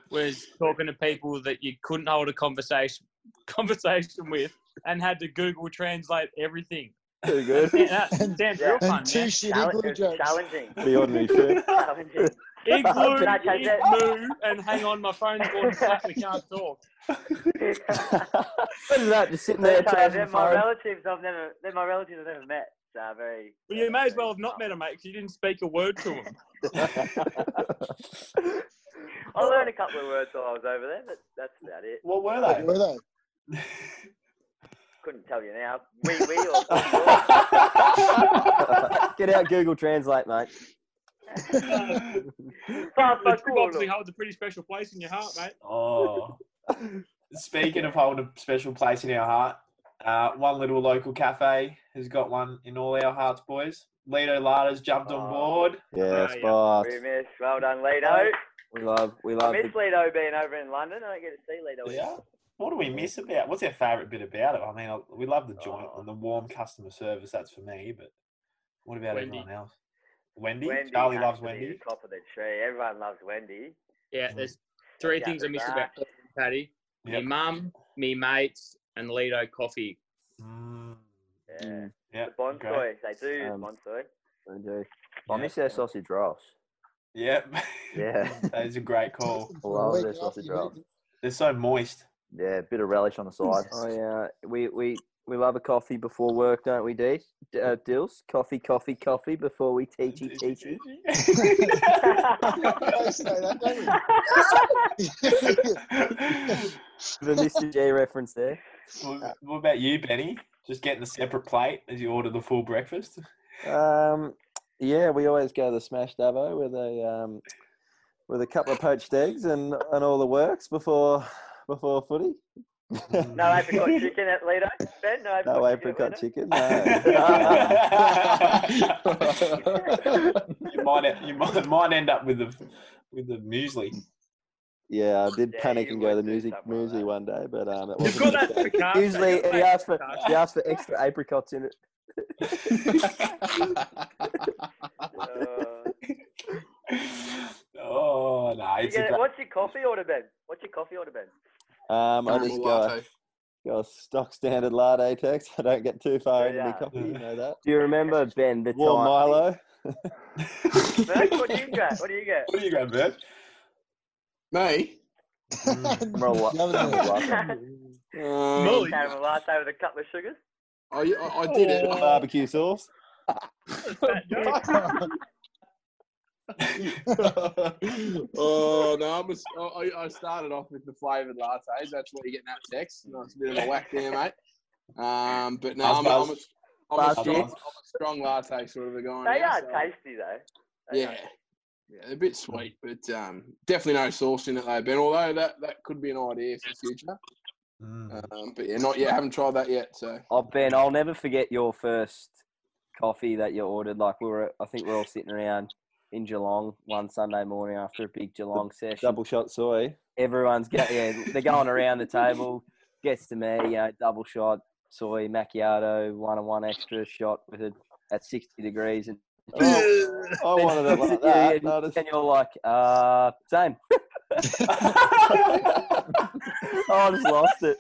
Speaker 6: was talking to people that you couldn't hold a conversation conversation with and had to Google translate everything.
Speaker 7: Too good.
Speaker 6: Yeah, that sounds real fun,
Speaker 9: And two
Speaker 6: man.
Speaker 9: shitty igloo jokes.
Speaker 5: Challenging.
Speaker 7: The ordinary shit.
Speaker 5: Challenging.
Speaker 6: Igloo,
Speaker 5: Can I change that?
Speaker 6: igloo, and hang on, my phone's going flat. We can't talk.
Speaker 7: What is that? Just sitting there
Speaker 5: They're,
Speaker 7: charging
Speaker 5: sorry,
Speaker 7: the
Speaker 5: they're my
Speaker 7: phone.
Speaker 5: relatives. I've never. They're my relatives. I've never met. So very.
Speaker 6: Well, you may as well have not met him, mate, 'cause you didn't speak a word to him.
Speaker 5: I learned a couple of words while I was over there, but that's about it.
Speaker 1: What were
Speaker 9: Where were they?
Speaker 5: Couldn't tell you now. Wee wee or
Speaker 7: Get out Google Translate, mate.
Speaker 6: It's obviously holds a pretty special place in your heart, mate.
Speaker 1: Oh. Speaking of holding a special place in our heart, uh, one little local cafe has got one in all our hearts, boys. Lido Lada's jumped on board. Oh,
Speaker 7: Yeah,
Speaker 5: Oh. we miss. Well done, Lido.
Speaker 7: We love, we
Speaker 5: I
Speaker 7: love.
Speaker 5: miss
Speaker 7: The,
Speaker 5: Lido being over in London. I don't get to see Lido.
Speaker 1: Yeah. What do we miss about? What's our favourite bit about it? I mean, I- we love the joint
Speaker 5: Oh.
Speaker 1: and the warm customer service. That's for me. But what about
Speaker 6: Wendy.
Speaker 1: everyone else? Wendy.
Speaker 5: Wendy
Speaker 1: Charlie
Speaker 5: has
Speaker 1: loves
Speaker 5: to be
Speaker 1: Wendy.
Speaker 5: the top of the tree. Everyone loves Wendy.
Speaker 6: Yeah,
Speaker 5: Mm.
Speaker 6: there's three
Speaker 5: Yeah,
Speaker 6: things I
Speaker 5: but
Speaker 6: miss
Speaker 5: that-
Speaker 6: about Paddy.
Speaker 1: Yep.
Speaker 6: Me mum, me mates, and Lido coffee.
Speaker 5: Yeah.
Speaker 1: Yeah.
Speaker 5: The Bonsoy. They do
Speaker 7: Um,
Speaker 5: Bonsoy.
Speaker 7: I do. Oh, I miss our sausage rolls.
Speaker 1: Yep.
Speaker 7: Yeah.
Speaker 1: that is a great call.
Speaker 7: I love their sausage rolls.
Speaker 1: They're so moist.
Speaker 8: Yeah, a bit of relish on the side.
Speaker 7: Oh yeah, we we we love a coffee before work, don't we, Dees? D- Uh, Dills, coffee, coffee, coffee before we teachy teachy.
Speaker 9: They say that, don't you?
Speaker 7: The Mr. J reference there.
Speaker 1: What what about you, Benny? Just getting a separate plate as you order the full breakfast.
Speaker 7: Um, yeah, we always go to the Smash Davo with a um, with a couple of poached eggs and and all the works before before footy.
Speaker 5: No apricot chicken at Lido. Ben, no apricot,
Speaker 7: No
Speaker 5: chicken.
Speaker 7: apricot
Speaker 5: At Lido?
Speaker 7: chicken. No.
Speaker 1: you might e- you might, might end up with the with the muesli.
Speaker 7: yeah, I did
Speaker 5: Yeah,
Speaker 7: panic
Speaker 5: you
Speaker 7: and go to
Speaker 5: would
Speaker 7: the
Speaker 5: do
Speaker 7: music
Speaker 5: something like
Speaker 7: muesli one day, but um, it
Speaker 6: You've
Speaker 7: wasn't.
Speaker 6: got that
Speaker 7: a good
Speaker 6: for the
Speaker 7: day.
Speaker 6: car.
Speaker 7: Usually,
Speaker 6: mate.
Speaker 7: he asked for
Speaker 6: Car.
Speaker 7: he asked for extra apricots in it.
Speaker 5: Uh,
Speaker 1: Oh no,
Speaker 5: You
Speaker 4: It's a
Speaker 5: get-
Speaker 4: great-
Speaker 5: what's your coffee order, Ben? What's your coffee order, Ben?
Speaker 4: Um, I
Speaker 5: Normal
Speaker 4: just go,
Speaker 5: latte.
Speaker 4: go a stock standard latte text. I don't get too
Speaker 7: Oh,
Speaker 4: far into my
Speaker 5: Yeah.
Speaker 4: coffee, you know that.
Speaker 7: Do you remember Ben the
Speaker 4: Warm
Speaker 7: time?
Speaker 4: Milo.
Speaker 5: Merc, what do you get? What do you get?
Speaker 1: What do you got, Bert?
Speaker 3: Me?
Speaker 1: Mm.
Speaker 3: um,
Speaker 5: Molly. Caramel latte with a couple of sugars.
Speaker 3: I, I, I did
Speaker 1: Oh.
Speaker 3: it.
Speaker 4: Barbecue sauce.
Speaker 3: oh no, I'm just, I, I- I started off with the flavoured lattes. That's what you get in that text. No, it's a bit of a whack there, mate. Um, but no, I'm,
Speaker 1: Buzz,
Speaker 3: a- I'm, a,
Speaker 1: buzz.
Speaker 3: I'm, a
Speaker 1: Buzz,
Speaker 3: strong, I'm
Speaker 1: buzz.
Speaker 3: a strong latte sort of a guy.
Speaker 5: They
Speaker 3: now,
Speaker 5: are
Speaker 3: so-
Speaker 5: tasty though.
Speaker 3: yeah, yeah, they're a bit sweet, but um, definitely no sauce in it though, Ben. Although that, that could be an idea for the future. Um, but yeah, not yet. Haven't tried that yet. So
Speaker 7: Oh, Ben, I'll never forget your first coffee that you ordered. Like we were, I think we are all sitting around in Geelong one Sunday morning after a big Geelong session.
Speaker 4: Double shot soy.
Speaker 7: Everyone's go, yeah, they're going around the table. Gets to me, you know, double shot soy macchiato, one and one extra shot with it at sixty degrees. And
Speaker 4: Oh, I wanted it like
Speaker 7: Yeah,
Speaker 4: that.
Speaker 7: yeah,
Speaker 4: I
Speaker 7: and, you're like, uh, same.
Speaker 4: Oh,
Speaker 7: I just lost it.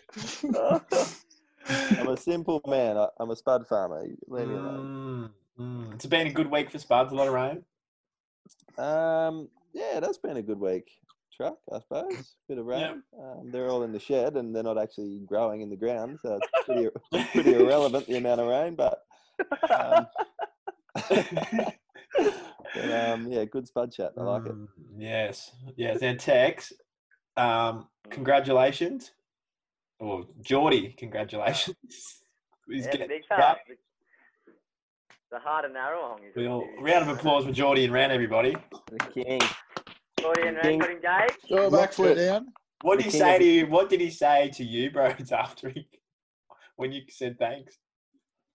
Speaker 4: I'm a simple man. I, I'm a spud farmer. Leave me
Speaker 1: alone. Mm. It's been a good week for Spuds. A lot of rain.
Speaker 4: Um, yeah, that's been a good week. Truck, I suppose. Bit of rain. Um, they're all in the shed and they're not actually growing in the ground, so it's pretty, pretty irrelevant the amount of rain. But, um, but, um, yeah, good spud chat. I like
Speaker 1: Mm.
Speaker 4: it.
Speaker 1: Yes, yes. And Tex, um, congratulations. Or Geordie, congratulations. He's
Speaker 5: yeah,
Speaker 1: getting-
Speaker 5: big fella. The hard and narrow one.
Speaker 1: we all- round of applause for Geordie and Ran, everybody.
Speaker 7: The king.
Speaker 5: Jordy and Ray
Speaker 1: Ding.
Speaker 5: got engaged.
Speaker 1: Oh, backflip. What did he
Speaker 5: The king
Speaker 1: say
Speaker 5: of-
Speaker 1: to you? What did he say to you, bro? After he, when you said thanks.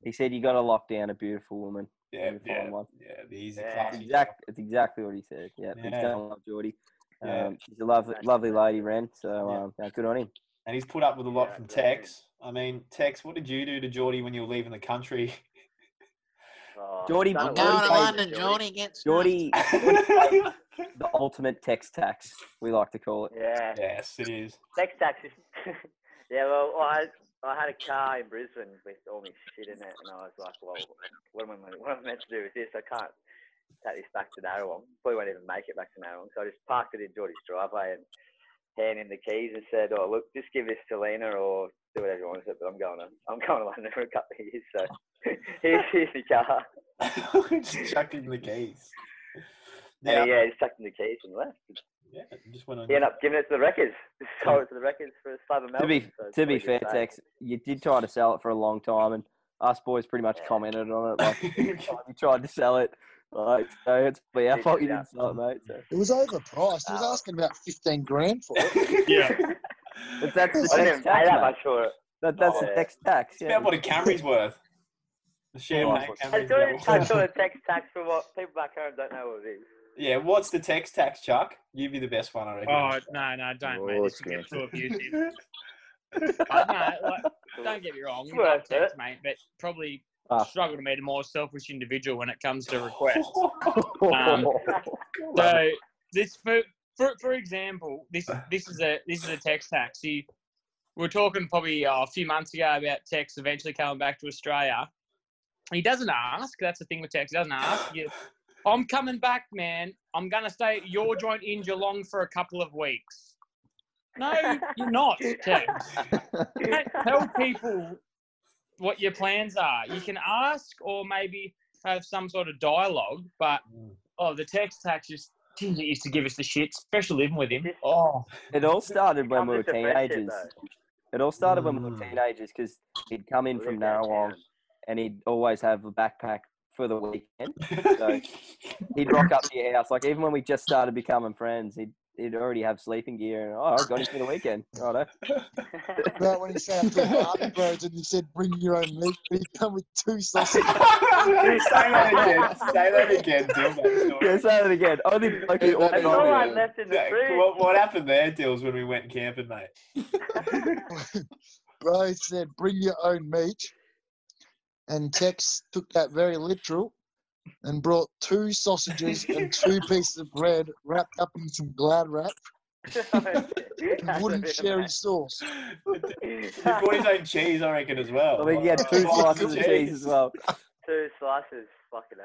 Speaker 7: He said, "You got to lock down a beautiful woman."
Speaker 1: Yeah,
Speaker 7: You'll
Speaker 1: yeah,
Speaker 7: find one.
Speaker 1: yeah. He's a
Speaker 7: Yeah,
Speaker 1: classy
Speaker 7: exact. It's exactly what he said. Yeah, he's
Speaker 1: Yeah.
Speaker 7: done love Geordie. Um,
Speaker 1: Yeah.
Speaker 7: She's a lovely, lovely lady, Ren. So um, yeah, good on him.
Speaker 1: And he's put up with a lot from Tex. I mean, Tex, what did you do to Geordie when you were leaving the country?
Speaker 5: Oh,
Speaker 7: Geordie,
Speaker 1: I'm
Speaker 7: Geordie
Speaker 1: going to
Speaker 7: paid-
Speaker 12: London, Geordie gets
Speaker 7: Geordie, the ultimate text tax, we like to call it.
Speaker 5: Yeah.
Speaker 1: Yes, it is.
Speaker 5: Next taxi. yeah, well, I I had a car in Brisbane with all my shit in it, and I was like, well, what am I what am I meant to do with this? I can't take this back to Narrowong. Probably won't even make it back to Narrowong. So I just parked it in Geordie's driveway and handed him the keys and said, oh look, just give this to Lena or do whatever you want with it, but I'm going to I'm going to London for a couple of years, so here's, here's the car.
Speaker 1: just chucked in the keys.
Speaker 5: Yeah,
Speaker 1: Now-
Speaker 5: yeah, just tucked in the keys and left.
Speaker 1: Yeah, just went on.
Speaker 5: He ended up giving it to the records. Sold it to the records for a slab of
Speaker 7: To
Speaker 5: Melbourne.
Speaker 7: be to be fair, Tex, you did try to sell it for a long time, and us boys pretty much commented on it. Like you tried to sell it, like so it's but our fault you didn't sell it, mate. So.
Speaker 9: It was overpriced. He was asking about 15 grand for it.
Speaker 1: yeah.
Speaker 7: But that's the
Speaker 9: I didn't
Speaker 7: text
Speaker 9: pay
Speaker 7: tax,
Speaker 9: that
Speaker 7: mate.
Speaker 9: much
Speaker 5: for it.
Speaker 7: That, that's the
Speaker 1: Oh.
Speaker 7: text tax.
Speaker 1: It's
Speaker 7: Yeah.
Speaker 1: about what a Camry's worth. The Champagne
Speaker 5: Oh, I
Speaker 1: Camry's
Speaker 5: do
Speaker 1: worth.
Speaker 5: touch on a text tax for what people back home don't know what it is.
Speaker 1: Yeah, what's the text tax, Chuck? You'd be the best one, I reckon.
Speaker 6: Oh no, no, don't, mate.
Speaker 1: Oh,
Speaker 6: This could get
Speaker 1: expensive.
Speaker 6: too abusive. But no, like, don't get me wrong, we love text, mate, but probably
Speaker 7: Ah.
Speaker 6: struggle to meet a more selfish individual when it comes to requests. Um, so this for, for for example, this this is a this is a text tax. You, we were talking probably uh, a few months ago about Tex eventually coming back to Australia. He doesn't ask. That's the thing with Tex. He doesn't ask. You, I'm coming back, man. I'm gonna stay at your joint in Geelong for a couple of weeks. No, you're not, Tex. Don't tell people what your plans are. You can ask or maybe have some sort of dialogue, but oh, the text tax just geez, it used to give us the shit, especially living with him. Oh,
Speaker 7: It all started when we were
Speaker 6: Comes with the friendship,
Speaker 7: teenagers. It all started when
Speaker 1: Mm.
Speaker 7: we were teenagers because he'd come in from Narrowong and he'd always have a backpack for the weekend. So he'd rock up to your house. Like even when we just started becoming friends, he'd he'd already have sleeping gear and oh, I got him for the weekend. Righto.
Speaker 9: About when he sat up to the Army Bros and he said, bring your own meat, but he come with two sausages.
Speaker 1: Say that again. Say that again. Dill, that story.
Speaker 7: Yeah, say that again. Only like
Speaker 1: Yeah,
Speaker 7: all
Speaker 1: that
Speaker 7: night.
Speaker 1: story. Yeah, What, what happened there, Dills, when we went camping, mate?
Speaker 9: Bro said, bring your own meat. And Tex took that very literal and brought two sausages and two pieces of bread wrapped up in some glad wrap and wouldn't share his sauce.
Speaker 1: The boys own cheese, I reckon, as well.
Speaker 7: I think he had two slices of cheese as well.
Speaker 5: Two slices, fucking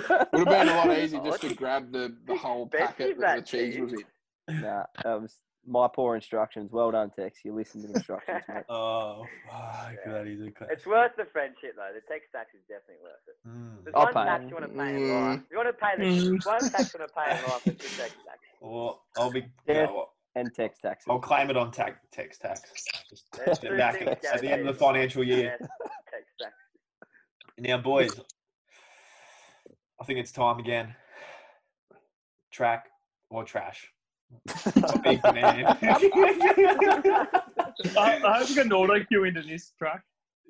Speaker 5: oath.
Speaker 3: Would have been a lot easier just to grab the, the whole packet that the
Speaker 7: that
Speaker 3: cheese was in.
Speaker 7: Nah, that was my poor instructions. Well done, Tex. You listened to instructions, mate.
Speaker 1: Oh, fuck, that is a
Speaker 5: It's worth the friendship though. The text tax is definitely worth it. There's
Speaker 7: I'll
Speaker 5: one
Speaker 7: pay it.
Speaker 5: tax you want to pay in
Speaker 1: Mm.
Speaker 5: life. You want to pay the
Speaker 1: Mm.
Speaker 5: one tax you want to pay in life. It's the text tax.
Speaker 1: Well, I'll be.
Speaker 7: Death
Speaker 1: you know what?
Speaker 7: and text tax.
Speaker 1: I'll claim it on tax text tax. Just
Speaker 5: There's
Speaker 1: step
Speaker 5: two
Speaker 1: back
Speaker 5: things
Speaker 1: at, at the end of
Speaker 5: guaranteed.
Speaker 1: the financial year.
Speaker 5: Yeah, text tax.
Speaker 1: Now, boys, I think it's time again. Track or trash? Big man.
Speaker 11: I, I hope you got an auto cue into this track.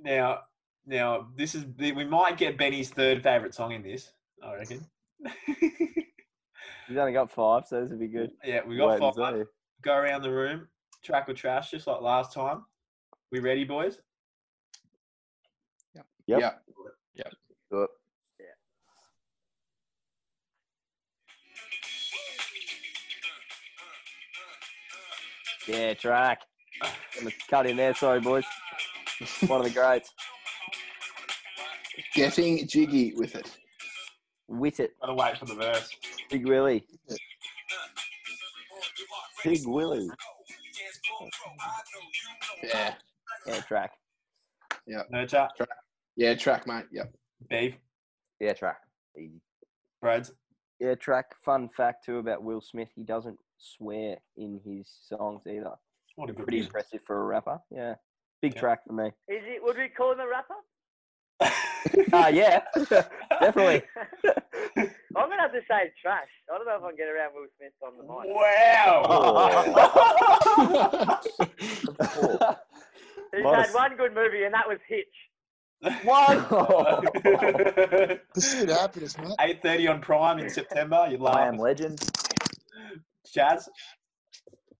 Speaker 1: now, now this is we might get Benny's third favorite song in this. I reckon.
Speaker 7: He's only got five, so this would be good.
Speaker 1: Yeah, we got
Speaker 7: Wait and
Speaker 1: five.
Speaker 7: see.
Speaker 1: Go around the room, track or trash, just like last time. We ready, boys?
Speaker 7: Yep.
Speaker 3: Yeah.
Speaker 1: Yep.
Speaker 8: Do it.
Speaker 7: Yeah, track. Gonna cut in there. Sorry, boys. One of the greats.
Speaker 3: Getting jiggy with it.
Speaker 7: Wit it.
Speaker 1: Gotta wait for the verse.
Speaker 7: Big Willie. Big Willie.
Speaker 3: Yeah.
Speaker 7: Yeah, track.
Speaker 1: No chat.
Speaker 3: Yeah, track, mate. Yep.
Speaker 1: Beef.
Speaker 8: Yeah, track.
Speaker 1: Breads.
Speaker 7: Yeah, track. Fun fact too about Will Smith. He doesn't swear in his songs either.
Speaker 1: What a good
Speaker 7: Pretty
Speaker 1: man.
Speaker 7: impressive for a rapper. Yeah. Big
Speaker 1: Yeah.
Speaker 7: track for me.
Speaker 5: Is it? Would we call him a rapper?
Speaker 7: Ah, yeah. Definitely.
Speaker 5: I'm gonna have to say trash. I don't know if I can get around Will Smith on the mic. He's
Speaker 7: Modest.
Speaker 5: had one good movie, and that was Hitch.
Speaker 7: Whoa.
Speaker 9: Pursuit of happiness, mate.
Speaker 1: Eight thirty on Prime in September. You
Speaker 8: I
Speaker 1: laugh,
Speaker 8: am legend.
Speaker 1: Chaz.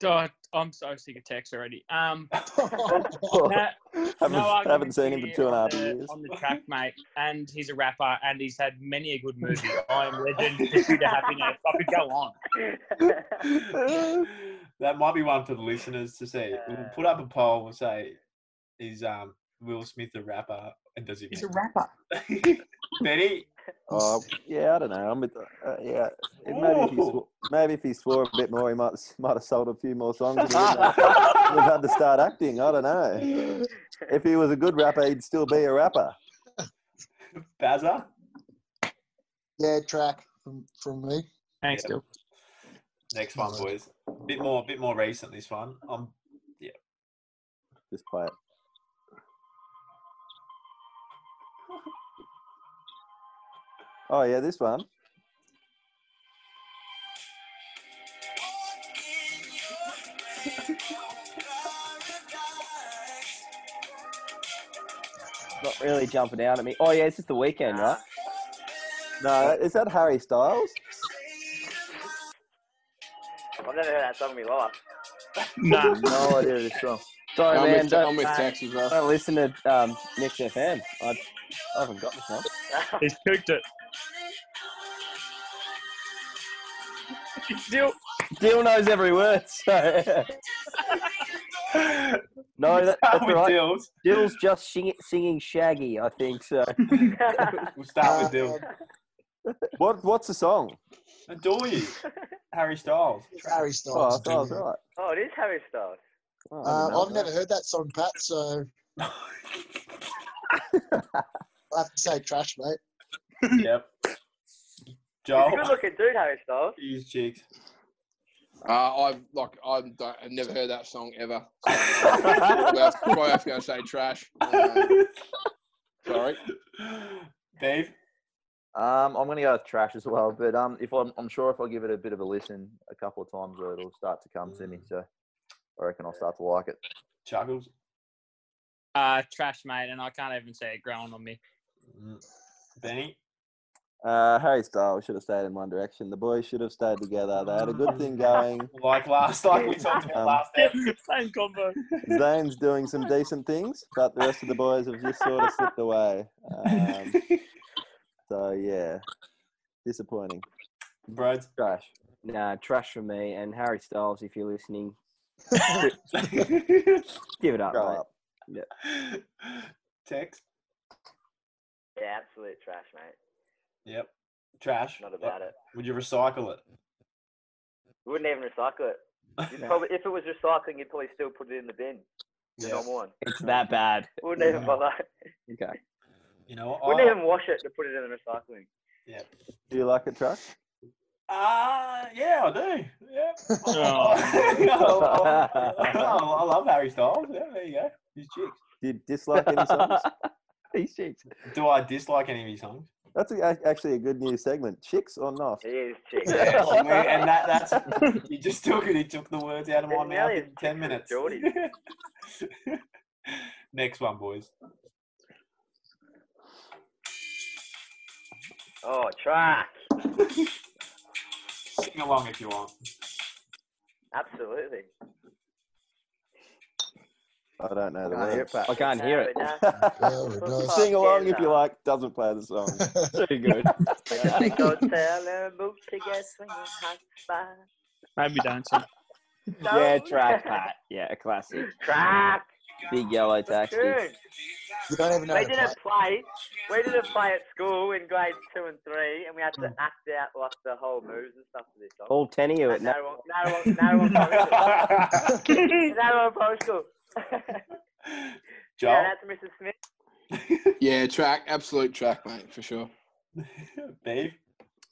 Speaker 6: God, I'm so sick of text already. Um,
Speaker 8: haven't
Speaker 6: Matt, no argument
Speaker 8: haven't seen him
Speaker 6: here
Speaker 8: for two and a half
Speaker 6: on the-
Speaker 8: years.
Speaker 6: On the track, mate, and he's a rapper, and he's had many a good movie. I am Legend, Pursuit of Happiness. I could go on.
Speaker 1: that might be one for the listeners to see. We'll put up a poll. We'll say, is um, Will Smith a rapper? And does he?
Speaker 6: He's a rapper.
Speaker 1: rapper. Benny,
Speaker 8: Oh, yeah, I don't know. I'm with, uh, yeah. Maybe if, he
Speaker 1: Ooh.
Speaker 8: swore, maybe if he swore a bit more, he might might have sold a few more songs. And he wouldn't have, would have had to start acting. I don't know. If he was a good rapper, he'd still be a rapper.
Speaker 1: Bazza.
Speaker 9: Yeah, track from, from me.
Speaker 6: Thanks,
Speaker 1: Yeah.
Speaker 6: Bill.
Speaker 1: Next one, boys. Bit more, bit more recent. This one. Um,
Speaker 8: Just play it. Oh yeah, this one.
Speaker 7: Not really jumping out at me. Oh yeah, it's just the weekend, right?
Speaker 8: No, is that Harry Styles?
Speaker 5: I've never heard that song in my life.
Speaker 6: Nah.
Speaker 8: No idea this song.
Speaker 7: Sorry,
Speaker 3: I'm
Speaker 7: man.
Speaker 3: with,
Speaker 7: Don't,
Speaker 3: I'm with
Speaker 7: uh,
Speaker 3: taxis, bro.
Speaker 7: don't listen to um, Nick FM. I, I haven't got this one.
Speaker 6: He's cooked it. Still,
Speaker 7: Dill knows every word. So. no, that, that's all
Speaker 1: with
Speaker 7: right.
Speaker 1: Dills.
Speaker 7: Dill's just sing, singing Shaggy, I think. So
Speaker 1: We'll start with Dills.
Speaker 8: What What's the song?
Speaker 1: Adore you, Harry Styles.
Speaker 9: Harry
Speaker 8: Oh, I
Speaker 9: Styles.
Speaker 8: thought I was right.
Speaker 5: oh, it is Harry Styles.
Speaker 8: Oh, I didn't
Speaker 9: Um,
Speaker 8: know
Speaker 9: I've
Speaker 8: that.
Speaker 9: never heard that song, Pat, so I have to say trash, mate.
Speaker 1: yep.
Speaker 5: He's
Speaker 1: Joel.
Speaker 5: a good-looking dude, Harry Styles.
Speaker 1: He's cheeks.
Speaker 3: Uh, I've like I don't, I've never heard that song ever. So, probably have- probably have to go say trash. Um, sorry.
Speaker 1: Dave.
Speaker 8: Um, I'm going to go with trash as well, but um, if I'm, I'm sure if I give it a bit of a listen a couple of times, uh, it'll start to come to me.
Speaker 1: Mm.
Speaker 8: So I reckon I'll start to like it.
Speaker 1: Chuckles.
Speaker 6: uh, trash, mate, and I can't even say it growing on me.
Speaker 1: Mm. Benny.
Speaker 8: Uh, Harry Styles should have stayed in One Direction. The boys should have stayed together. They had a good thing going.
Speaker 1: Like last, like we talked about
Speaker 8: Um,
Speaker 1: last
Speaker 6: Yeah,
Speaker 1: episode.
Speaker 6: same combo.
Speaker 8: Zane's doing some decent things, but the rest of the boys have just sort of slipped away. Um,
Speaker 4: So yeah, disappointing.
Speaker 1: Brad?
Speaker 4: Trash.
Speaker 7: Nah, trash from me. And Harry Styles, if you're listening, give it up,
Speaker 4: Grow
Speaker 7: mate.
Speaker 4: up.
Speaker 7: Yeah.
Speaker 1: Text?
Speaker 5: Yeah, absolute trash, mate.
Speaker 1: Yep. Trash.
Speaker 5: Not about it.
Speaker 1: Would you recycle it?
Speaker 5: We wouldn't even recycle it. You'd
Speaker 1: No.
Speaker 5: probably, if it was recycling, you'd probably still put it in the bin. The
Speaker 1: Yeah.
Speaker 5: normal one.
Speaker 7: It's that bad.
Speaker 5: Wouldn't even bother.
Speaker 7: Okay.
Speaker 1: You know,
Speaker 5: Wouldn't
Speaker 1: I,
Speaker 4: Uh,
Speaker 5: even wash it to put it in the recycling.
Speaker 4: Do you like a truck?
Speaker 1: uh, yeah, I do. Yeah.
Speaker 4: Oh.
Speaker 1: I, Oh, I love Harry Styles. Yeah, there you go. He's chicks.
Speaker 4: Do you dislike any songs?
Speaker 7: He's chicks.
Speaker 1: Do I dislike any of his songs?
Speaker 4: That's a, ac- actually a good news segment. Chicks or not?
Speaker 5: It is chicks.
Speaker 1: Yeah, I mean, and that, that's you just took it. He took the words out of my mouth in ten minutes. Next one, boys.
Speaker 5: Oh, trash.
Speaker 1: Sing along if you want.
Speaker 5: Absolutely.
Speaker 4: I don't know the
Speaker 7: Can't hear
Speaker 4: words.
Speaker 7: it, Pat. I can't hear it.
Speaker 4: You Sing along if you like. Doesn't play the song.
Speaker 7: Too good.
Speaker 5: Go tell her, move to get swinging hot spot.
Speaker 6: Maybe dancing.
Speaker 7: yeah, trash, Pat. Yeah, a classic.
Speaker 5: Trash.
Speaker 7: Big yellow taxi.
Speaker 5: Good.
Speaker 9: You don't even know.
Speaker 5: We
Speaker 9: how to play.
Speaker 5: didn't play. We didn't play at school in grades two and three, and we had to act out like the whole moves and stuff for this song.
Speaker 7: All ten of you at
Speaker 5: And
Speaker 7: no.
Speaker 5: no one, no one, no one posted. no one posted.
Speaker 1: Joel,
Speaker 5: Yeah, that's Mrs. Smith.
Speaker 3: Yeah, track, absolute track, mate, for sure.
Speaker 1: Beef?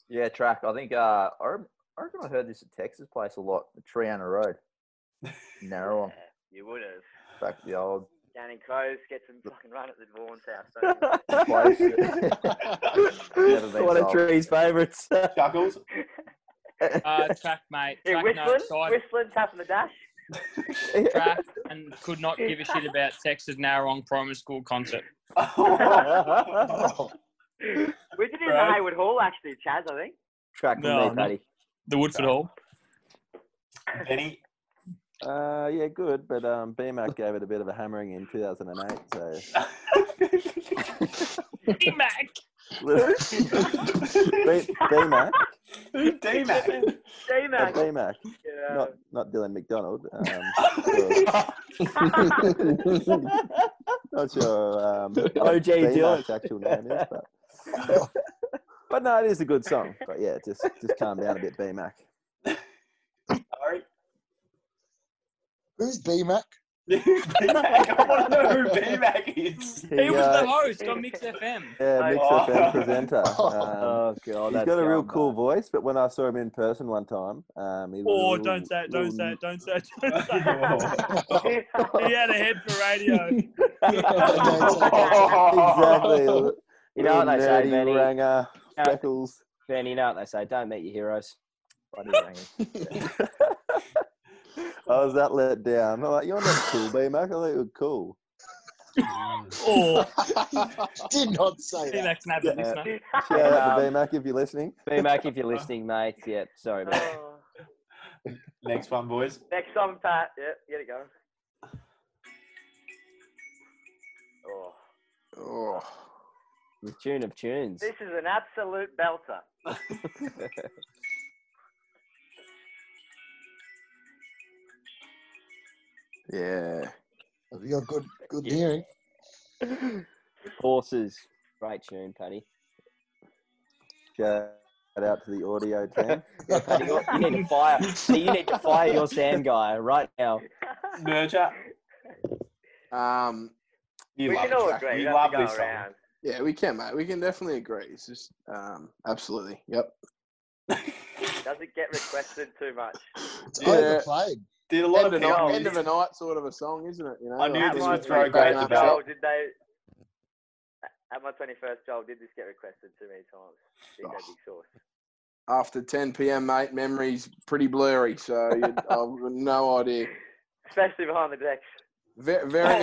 Speaker 8: Yeah, track. I think uh, I, rem- I reckon I heard this at Texas place a lot. The Triana Road, narrow one.
Speaker 5: You would have.
Speaker 8: Back to the old
Speaker 5: Down in Crows, get some fucking run at the Vaughan's house. don't you?
Speaker 8: place. Never been
Speaker 7: One of
Speaker 8: sold.
Speaker 7: Tree's favourites.
Speaker 1: Chuckles.
Speaker 6: Uh, track, mate.
Speaker 5: Yeah,
Speaker 6: Track, no,
Speaker 5: whistling,
Speaker 6: side
Speaker 5: whistling, tapping the dash.
Speaker 6: track, and could not give a shit about Texas Narrowong Primary School concert.
Speaker 9: Oh,
Speaker 5: We did it in the
Speaker 1: Right.
Speaker 5: Haywood Hall, actually, Chaz, I think.
Speaker 7: track for
Speaker 6: No,
Speaker 7: me,
Speaker 6: no.
Speaker 7: Paddy.
Speaker 6: The Woodford Hall.
Speaker 1: Benny.
Speaker 4: Uh, yeah, good, but um, BMAC gave it a bit of a hammering in 2008. So
Speaker 6: Mac.
Speaker 4: B- BMAC,
Speaker 1: D-Mac.
Speaker 4: uh,
Speaker 5: D-Mac.
Speaker 4: BMAC, not not Dylan McDonald. Um, sure. not sure. Um, what
Speaker 7: OJ Dylan.
Speaker 4: BMAC's actual name is, but but no, it is a good song. But yeah, just just calm down a bit, BMAC.
Speaker 1: Sorry.
Speaker 9: who's BMAC?
Speaker 1: D-Mac. I want to know who B-Mac is.
Speaker 6: He was
Speaker 4: uh,
Speaker 6: the host on Mix FM.
Speaker 4: yeah, Mix
Speaker 1: Oh.
Speaker 4: FM presenter. Um,
Speaker 7: Oh god,
Speaker 4: He's
Speaker 7: that's
Speaker 4: got a real
Speaker 7: going
Speaker 4: cool
Speaker 7: back.
Speaker 4: voice, but when I saw him in person one time, um, he was a
Speaker 11: Oh,
Speaker 4: little-
Speaker 11: don't say it, don't
Speaker 4: little-
Speaker 11: say it, don't say it, don't say it.
Speaker 1: exactly.
Speaker 11: He had a head for radio.
Speaker 4: exactly.
Speaker 7: You know what they say,
Speaker 4: Nerdy
Speaker 7: Benny?
Speaker 4: Ranger,
Speaker 7: Yeah.
Speaker 4: freckles.
Speaker 7: Ben, you know what they say? Don't meet your heroes.
Speaker 8: bloody ring.
Speaker 4: I was that let down. I'm like, you're not cool, B Mac. I thought you were cool.
Speaker 6: Oh,
Speaker 9: Did not say that.
Speaker 6: Mac nabbed it this
Speaker 4: Yeah.
Speaker 6: night.
Speaker 4: Shout out to
Speaker 7: Um,
Speaker 4: B Mac if you're listening.
Speaker 7: B Mac, if you're listening, mate. Yeah, sorry, mate.
Speaker 5: Oh.
Speaker 1: Next one, boys.
Speaker 5: Next song, Pat. Yep, get it going. Oh,
Speaker 3: Oh,
Speaker 7: The tune of tunes.
Speaker 5: this is an absolute belter.
Speaker 3: yeah.
Speaker 9: Have you got good, good hearing?
Speaker 7: Horses. Great tune, Paddy.
Speaker 4: Shout out to the audio team.
Speaker 7: Paddy, you you need to fire. You need to fire your Sam guy right now.
Speaker 1: Nurture.
Speaker 3: Um,
Speaker 1: You
Speaker 5: we
Speaker 1: love
Speaker 5: can
Speaker 1: it,
Speaker 5: all
Speaker 1: Jack.
Speaker 5: agree.
Speaker 1: You
Speaker 5: You
Speaker 1: love
Speaker 5: have to
Speaker 1: this
Speaker 5: go
Speaker 1: song.
Speaker 5: around.
Speaker 3: yeah, we can, mate. We can definitely agree. It's just um, absolutely. Yep.
Speaker 5: Doesn't get requested too much.
Speaker 9: It's
Speaker 3: Yeah.
Speaker 9: overplayed.
Speaker 1: Did a lot
Speaker 3: End of,
Speaker 1: of
Speaker 3: night,
Speaker 1: people.
Speaker 3: end of a night sort of a song, isn't it? You know,
Speaker 1: I knew
Speaker 3: like,
Speaker 1: this
Speaker 3: you
Speaker 1: would
Speaker 3: know,
Speaker 1: throw
Speaker 3: you
Speaker 1: great
Speaker 3: know,
Speaker 1: debate.
Speaker 5: Joel, did they? At my twenty-first, Joel, did this get requested too many times? Big, oh. big source.
Speaker 3: After 10 p.m., mate, memory's pretty blurry, so you'd, I've no idea.
Speaker 5: Especially behind the decks.
Speaker 3: Very, very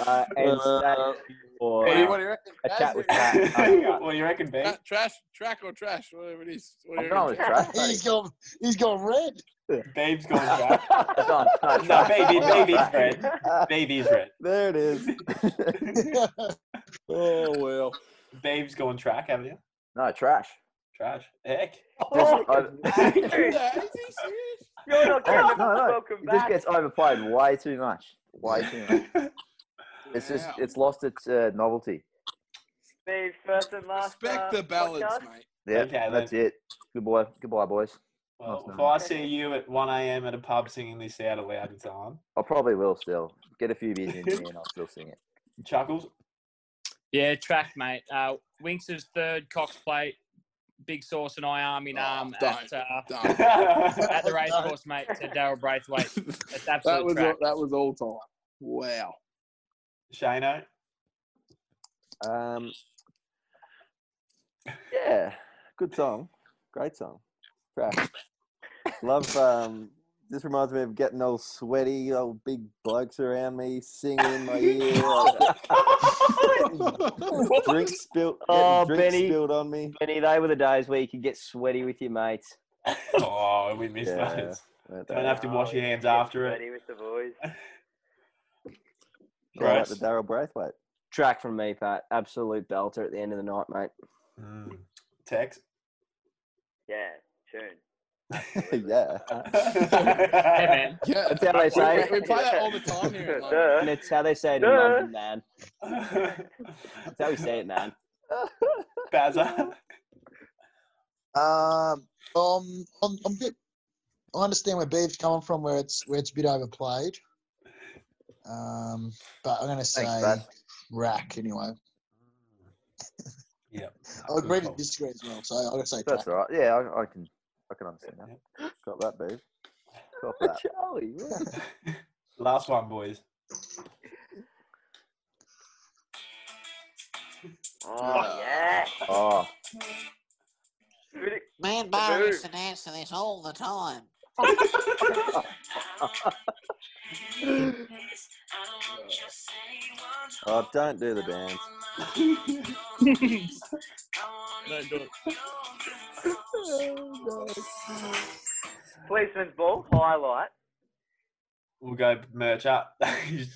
Speaker 7: Uh, and stay for
Speaker 1: Hey,
Speaker 7: uh,
Speaker 1: what
Speaker 2: do you reckon?
Speaker 7: a chat with Pat.
Speaker 1: what do you reckon, Ben?
Speaker 2: trash, track or trash, whatever it is.
Speaker 8: I'm going with trash. mate.
Speaker 9: He's gone. He's gone red.
Speaker 1: Babe's going back.
Speaker 8: I'm going with trash.
Speaker 1: No, baby, baby's red. Baby's red.
Speaker 4: there it is.
Speaker 9: That's
Speaker 4: Oh,
Speaker 1: on track, haven't you?
Speaker 8: No, trash.
Speaker 1: Trash. Heck.
Speaker 8: Just- I-
Speaker 1: You're
Speaker 8: Oh, no, no. It just gets overplayed way too much. Way too much. It's just it's lost its uh, novelty.
Speaker 5: Steve, first and last. uh, Respect the balance, mate.
Speaker 8: Yeah,
Speaker 1: Okay,
Speaker 8: that's it. Goodbye, goodbye, boys.
Speaker 1: Well,
Speaker 8: Nice
Speaker 1: if
Speaker 8: knowing
Speaker 1: I
Speaker 8: you.
Speaker 1: see you at 1 a.m. at a pub singing this out aloud in time,
Speaker 8: I probably will still get a few beers in me and I'll still sing it.
Speaker 4: Um,
Speaker 1: chuckles.
Speaker 6: Yeah, track, mate. Uh, Winx's third Cox plate, Big Sauce and I arm in
Speaker 3: Oh,
Speaker 6: arm at, uh, at the racecourse, mate, to Daryl Braithwaite. It's absolute
Speaker 3: That was
Speaker 6: track.
Speaker 3: all, that was all time. Wow.
Speaker 4: eh?
Speaker 1: Shano.
Speaker 8: Um, yeah, good song, great song, track. Love. Um, this reminds me of getting all sweaty, old big blokes around me singing in my ear. like, drink spilled.
Speaker 7: Oh,
Speaker 8: getting drink
Speaker 7: Benny.
Speaker 8: spilled on me.
Speaker 7: Benny, they were the days where you could get sweaty with your mates.
Speaker 1: Oh, we missed
Speaker 7: Yeah,
Speaker 1: those.
Speaker 8: Don't
Speaker 1: have to wash your hands after it.
Speaker 5: Ready with the boys.
Speaker 8: Shout out
Speaker 7: Gross.
Speaker 8: to Daryl Braithwaite.
Speaker 7: Track from me, Pat. Absolute belter at the end of the night, mate.
Speaker 1: Tex.
Speaker 5: Yeah, tune.
Speaker 8: yeah.
Speaker 6: man.
Speaker 3: Yeah,
Speaker 7: That's how they say it.
Speaker 3: We, we play that all the time here. in London.
Speaker 7: And it's how they say it in
Speaker 3: Duh.
Speaker 7: London, man. That's how we say it, man.
Speaker 1: Bazza.
Speaker 9: Um, um, I'm, I'm a bit. I understand where Beeb's coming from, where it's where it's a bit overplayed. Um, but I'm going to say rack anyway.
Speaker 1: Yeah.
Speaker 9: I agree to disagree as well, so I'm going to say
Speaker 8: That's
Speaker 9: track.
Speaker 8: all right. Yeah, I, I can, I can understand that. Got that, babe. Got that.
Speaker 7: Charlie,
Speaker 1: Last one, boys.
Speaker 5: Oh,
Speaker 1: Ah.
Speaker 5: yeah.
Speaker 8: Oh,
Speaker 12: Me and Barry used to dance to this all the time.
Speaker 8: oh, don't do the bands.
Speaker 5: Policeman's ball highlight.
Speaker 1: We'll go merch up.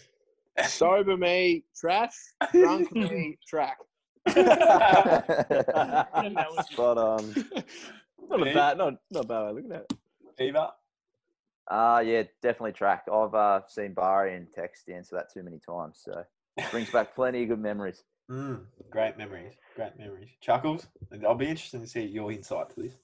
Speaker 3: Sober me, trash. Drunk me, track.
Speaker 8: Spot on.
Speaker 7: um, Not a
Speaker 8: Me?
Speaker 7: bad, not not a bad way of looking at it.
Speaker 1: Eva.
Speaker 8: Ah, yeah, definitely track. I've uh, seen Barry and text answer that too many times, so brings back plenty of good memories.
Speaker 1: Mm, great memories. Great memories. Chuckles. And I'll be interested to see your insight to this.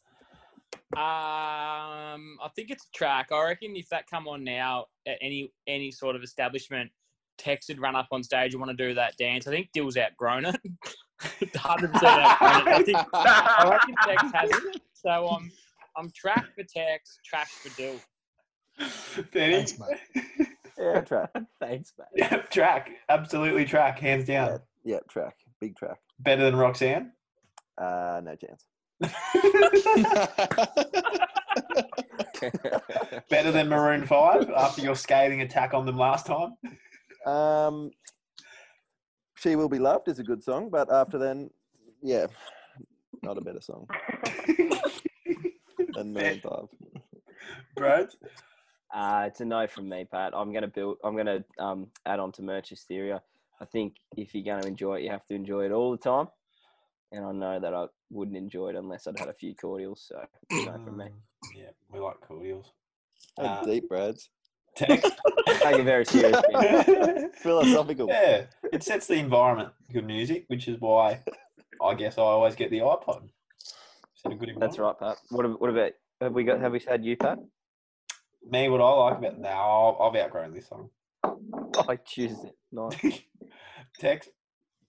Speaker 6: Um, I think it's a track. I reckon if that come on now at any any sort of establishment, Tex would run up on stage and want to do that dance. I think Dill's outgrown it. Hundred percent outgrown it. I think I reckon Tex has it. So I'm I'm track for Tex, track for Dill.
Speaker 1: Thanks,
Speaker 8: Yeah, track.
Speaker 7: Thanks, mate.
Speaker 1: Yep, track. Absolutely track. Hands down.
Speaker 8: Yeah, track. Big track.
Speaker 1: Better than Roxanne.
Speaker 8: Uh, no chance.
Speaker 1: Better than Maroon Five after your scathing attack on them last time.
Speaker 8: Um, she will be loved is a good song, but after then, yeah, not a better song. than Maroon Five.
Speaker 1: Bro.
Speaker 7: Uh, it's a no from me, Pat. I'm gonna build. I'm gonna um, add on to merch hysteria. I think if you're gonna enjoy it, you have to enjoy it all the time. And I know that I wouldn't enjoy it unless I'd had a few cordials. So it's a no from me.
Speaker 1: Yeah, we like cordials.
Speaker 8: Hey,
Speaker 1: Uh,
Speaker 8: deep, Brads.
Speaker 1: Text.
Speaker 7: Take it very seriously.
Speaker 8: Philosophical.
Speaker 1: Yeah, it sets the environment. Good music, which is why I guess I always get the iPod. Is it a good
Speaker 7: That's right, Pat. What, ab- what about have we got? Have we had you, Pat?
Speaker 1: Me, what I like about now, I've outgrown this song.
Speaker 7: I choose it. No.
Speaker 1: Text.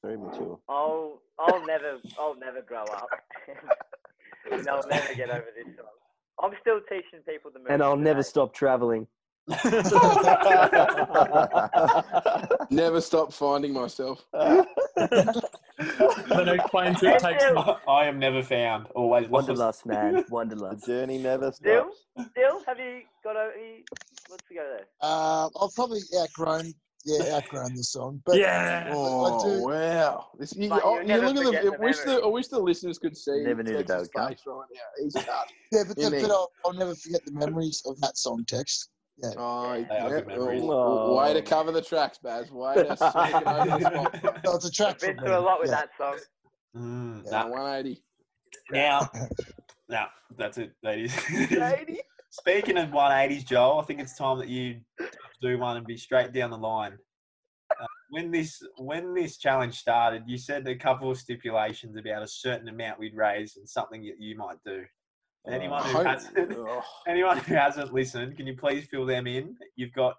Speaker 8: Very mature.
Speaker 5: I'll I'll never I'll never grow up. and I'll never get over this song. I'm still teaching people the
Speaker 7: And I'll never stop traveling.
Speaker 3: Never stop finding myself.
Speaker 6: The no plane
Speaker 3: trip
Speaker 6: takes
Speaker 1: I am never found. Always lost.
Speaker 7: Wanderlust, man. Wanderlust.
Speaker 8: The journey never
Speaker 5: Dill, Dill, have you got over? Let's go there.
Speaker 9: Uh, I've probably outgrown, yeah, outgrown this song. But
Speaker 3: Yeah.
Speaker 9: I- I
Speaker 3: Oh,
Speaker 9: do,
Speaker 3: wow. This, you,
Speaker 5: But
Speaker 3: oh,
Speaker 5: you'll
Speaker 3: you
Speaker 5: never
Speaker 3: look at
Speaker 5: forget
Speaker 3: the,
Speaker 5: the
Speaker 3: I wish the,
Speaker 5: memory.
Speaker 3: I wish the listeners could see
Speaker 8: Never knew the
Speaker 3: Tex's
Speaker 8: day would
Speaker 3: face right now. He's nuts.
Speaker 9: yeah, but,
Speaker 3: Isn't
Speaker 9: but
Speaker 3: it?
Speaker 9: I'll, I'll never forget the memories of that song text. Yeah.
Speaker 3: Oh, yeah.
Speaker 1: are good
Speaker 3: well,
Speaker 1: memories. Oh.
Speaker 3: well, way to
Speaker 7: Whoa.
Speaker 3: cover the tracks, Baz. Way to sneak it over the spot.
Speaker 9: No, it's a track.
Speaker 5: Been
Speaker 9: for
Speaker 5: through a
Speaker 9: me,
Speaker 5: lot with
Speaker 9: yeah.
Speaker 5: that song.
Speaker 1: Mm,
Speaker 3: Yeah,
Speaker 1: nah.
Speaker 3: 180.
Speaker 1: Now, now that's it, ladies. Speaking of 180s, Joel, I think it's time that you do one and be straight down the line. Uh, when this when this challenge started, you said a couple of stipulations about a certain amount we'd raise and something that you might do. Anyone who
Speaker 3: Oh.
Speaker 1: hasn't, anyone who hasn't listened, can you please fill them in? You've got